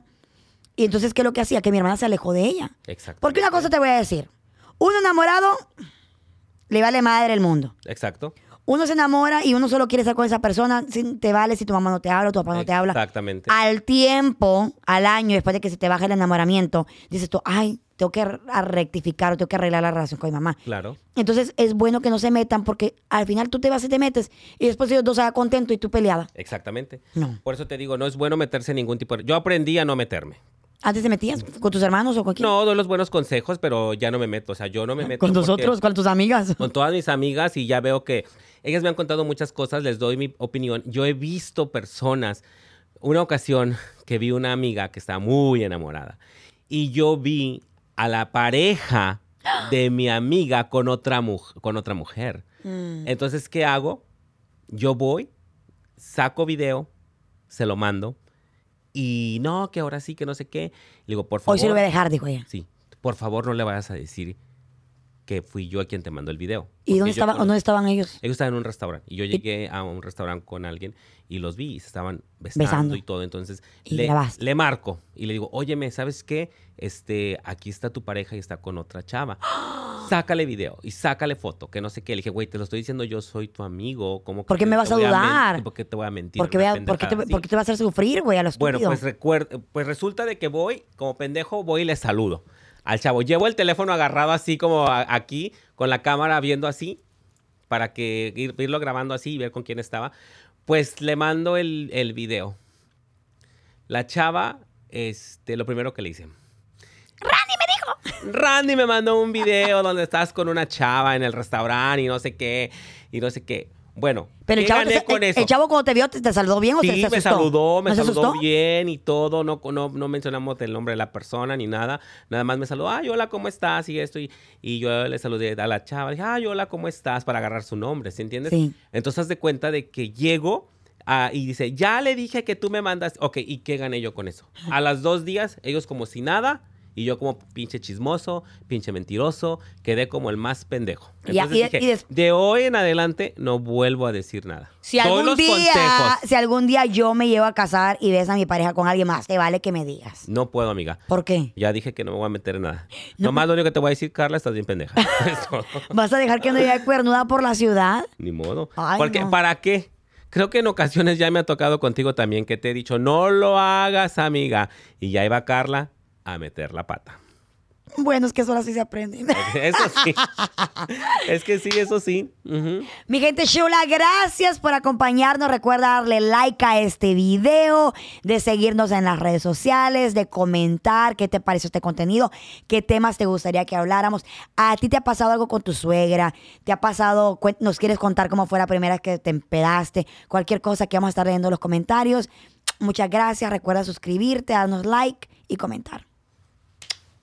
Speaker 4: Y entonces, ¿qué es lo que hacía? Que mi hermana se alejó de ella.
Speaker 2: Exacto.
Speaker 4: Porque una cosa te voy a decir. Uno enamorado le vale madre el mundo.
Speaker 2: Exacto.
Speaker 4: Uno se enamora y uno solo quiere estar con esa persona. sin- Te vale si tu mamá no te habla, tu papá no te habla.
Speaker 2: Exactamente.
Speaker 4: Al tiempo, al año, después de que se te baja el enamoramiento, dices tú, ay, tengo que ar- a rectificar o tengo que arreglar la relación con mi mamá.
Speaker 2: Claro.
Speaker 4: Entonces es bueno que no se metan porque al final tú te vas y te metes y después ellos dos se contentos y tú peleada.
Speaker 2: Exactamente.
Speaker 4: No.
Speaker 2: Por eso te digo, no es bueno meterse en ningún tipo de... Yo aprendí a no meterme.
Speaker 4: ¿Antes te metías con tus hermanos o con quién?
Speaker 2: No, doy los buenos consejos, pero ya no me meto. O sea, yo no me meto.
Speaker 4: con
Speaker 2: porque-
Speaker 4: nosotros, con tus amigas.
Speaker 2: con todas mis amigas y ya veo que ellas me han contado muchas cosas, les doy mi opinión. Yo he visto personas, una ocasión que vi una amiga que está muy enamorada y yo vi a la pareja de mi amiga con otra, muj- con otra mujer.
Speaker 4: Mm.
Speaker 2: Entonces, ¿qué hago? Yo voy, saco video, se lo mando y no, que ahora sí, que no sé qué. Le digo, por favor.
Speaker 4: Hoy sí lo voy a dejar, dijo ella.
Speaker 2: Sí. Por favor, no le vayas a decir que fui yo a quien te mandó el video. Porque
Speaker 4: ¿Y dónde,
Speaker 2: yo
Speaker 4: estaba,
Speaker 2: conozco-
Speaker 4: dónde estaban ellos?
Speaker 2: Ellos estaban en un restaurante. Y yo llegué a un restaurante con alguien y los vi y se estaban besando,
Speaker 4: Besando.
Speaker 2: y todo. Entonces
Speaker 4: Y
Speaker 2: le,
Speaker 4: grabaste.
Speaker 2: le marco y le digo, óyeme, ¿sabes qué? Este, aquí está tu pareja y está con otra chava. Sácale video y sácale foto, que no sé qué. Le dije, güey, te lo estoy diciendo, yo soy tu amigo. ¿Cómo que
Speaker 4: ¿Por qué
Speaker 2: te-
Speaker 4: me vas
Speaker 2: te
Speaker 4: a
Speaker 2: voy men-
Speaker 4: dudar?
Speaker 2: ¿Por qué te voy a mentir?
Speaker 4: Porque,
Speaker 2: Una
Speaker 4: vea, ¿por, qué te,
Speaker 2: pendejada así.
Speaker 4: por qué te va a hacer sufrir, güey, a los
Speaker 2: Bueno,
Speaker 4: estúpido?
Speaker 2: pues, recuer- pues resulta de que voy, como pendejo, voy y le saludo al chavo. Llevo el teléfono agarrado así como a- aquí, con la cámara viendo así, para que ir- irlo grabando así y ver con quién estaba. Pues le mando el, el video. La chava, este, lo primero que le hice. Randy me mandó un video donde estás con una chava en el restaurante y no sé qué, y no sé qué. Bueno,
Speaker 4: Pero el
Speaker 2: ¿qué
Speaker 4: chavo,
Speaker 2: gané
Speaker 4: te-
Speaker 2: con
Speaker 4: el,
Speaker 2: eso?
Speaker 4: el chavo cuando te vio, ¿te, te saludó bien o
Speaker 2: Sí,
Speaker 4: se, se asustó?
Speaker 2: me saludó, me
Speaker 4: ¿No se
Speaker 2: saludó
Speaker 4: asustó?
Speaker 2: bien y todo. No, no, no mencionamos el nombre de la persona ni nada. Nada más me saludó, ay, hola, ¿cómo estás? Y esto. Y, y yo le saludé a la chava. Le dije, ay, hola, ¿cómo estás? Para agarrar su nombre, ¿sí entiendes?
Speaker 4: Sí.
Speaker 2: Entonces, haz de cuenta de que llego Ah, y dice, ya le dije que tú me mandas. Ok, ¿y qué gané yo con eso? A las dos días, ellos como si nada. Y yo como pinche chismoso, pinche mentiroso, quedé como el más pendejo.
Speaker 4: Y a-
Speaker 2: Entonces
Speaker 4: y-
Speaker 2: dije,
Speaker 4: y des-
Speaker 2: de hoy en adelante no vuelvo a decir nada.
Speaker 4: Si
Speaker 2: Todos
Speaker 4: algún,
Speaker 2: los
Speaker 4: día,
Speaker 2: consejos.
Speaker 4: si algún día yo me llevo a casar y ves a mi pareja con alguien más, te vale que me digas.
Speaker 2: No puedo, amiga.
Speaker 4: ¿Por qué?
Speaker 2: Ya dije que no me voy a meter en nada. Nomás lo único que te voy a decir, Carla, estás bien pendeja. Es todo.
Speaker 4: ¿Vas a dejar que no llegue cuernuda por la ciudad?
Speaker 2: Ni modo.
Speaker 4: Ay,
Speaker 2: Porque,
Speaker 4: no.
Speaker 2: ¿Para qué? Creo que en ocasiones ya me ha tocado contigo también que te he dicho, no lo hagas, amiga. Y ya iba Carla a meter la pata.
Speaker 4: Bueno, es que solo así se aprende.
Speaker 2: Eso sí. es que sí, eso sí. Ujú.
Speaker 4: Mi gente chula, gracias por acompañarnos. Recuerda darle like a este video, de seguirnos en las redes sociales, de comentar qué te pareció este contenido, qué temas te gustaría que habláramos. ¿A ti te ha pasado algo con tu suegra? ¿Te ha pasado, cuen- nos quieres contar cómo fue la primera vez que te empedaste? Cualquier cosa que vamos a estar leyendo en los comentarios. Muchas gracias. Recuerda suscribirte, darnos like y comentar.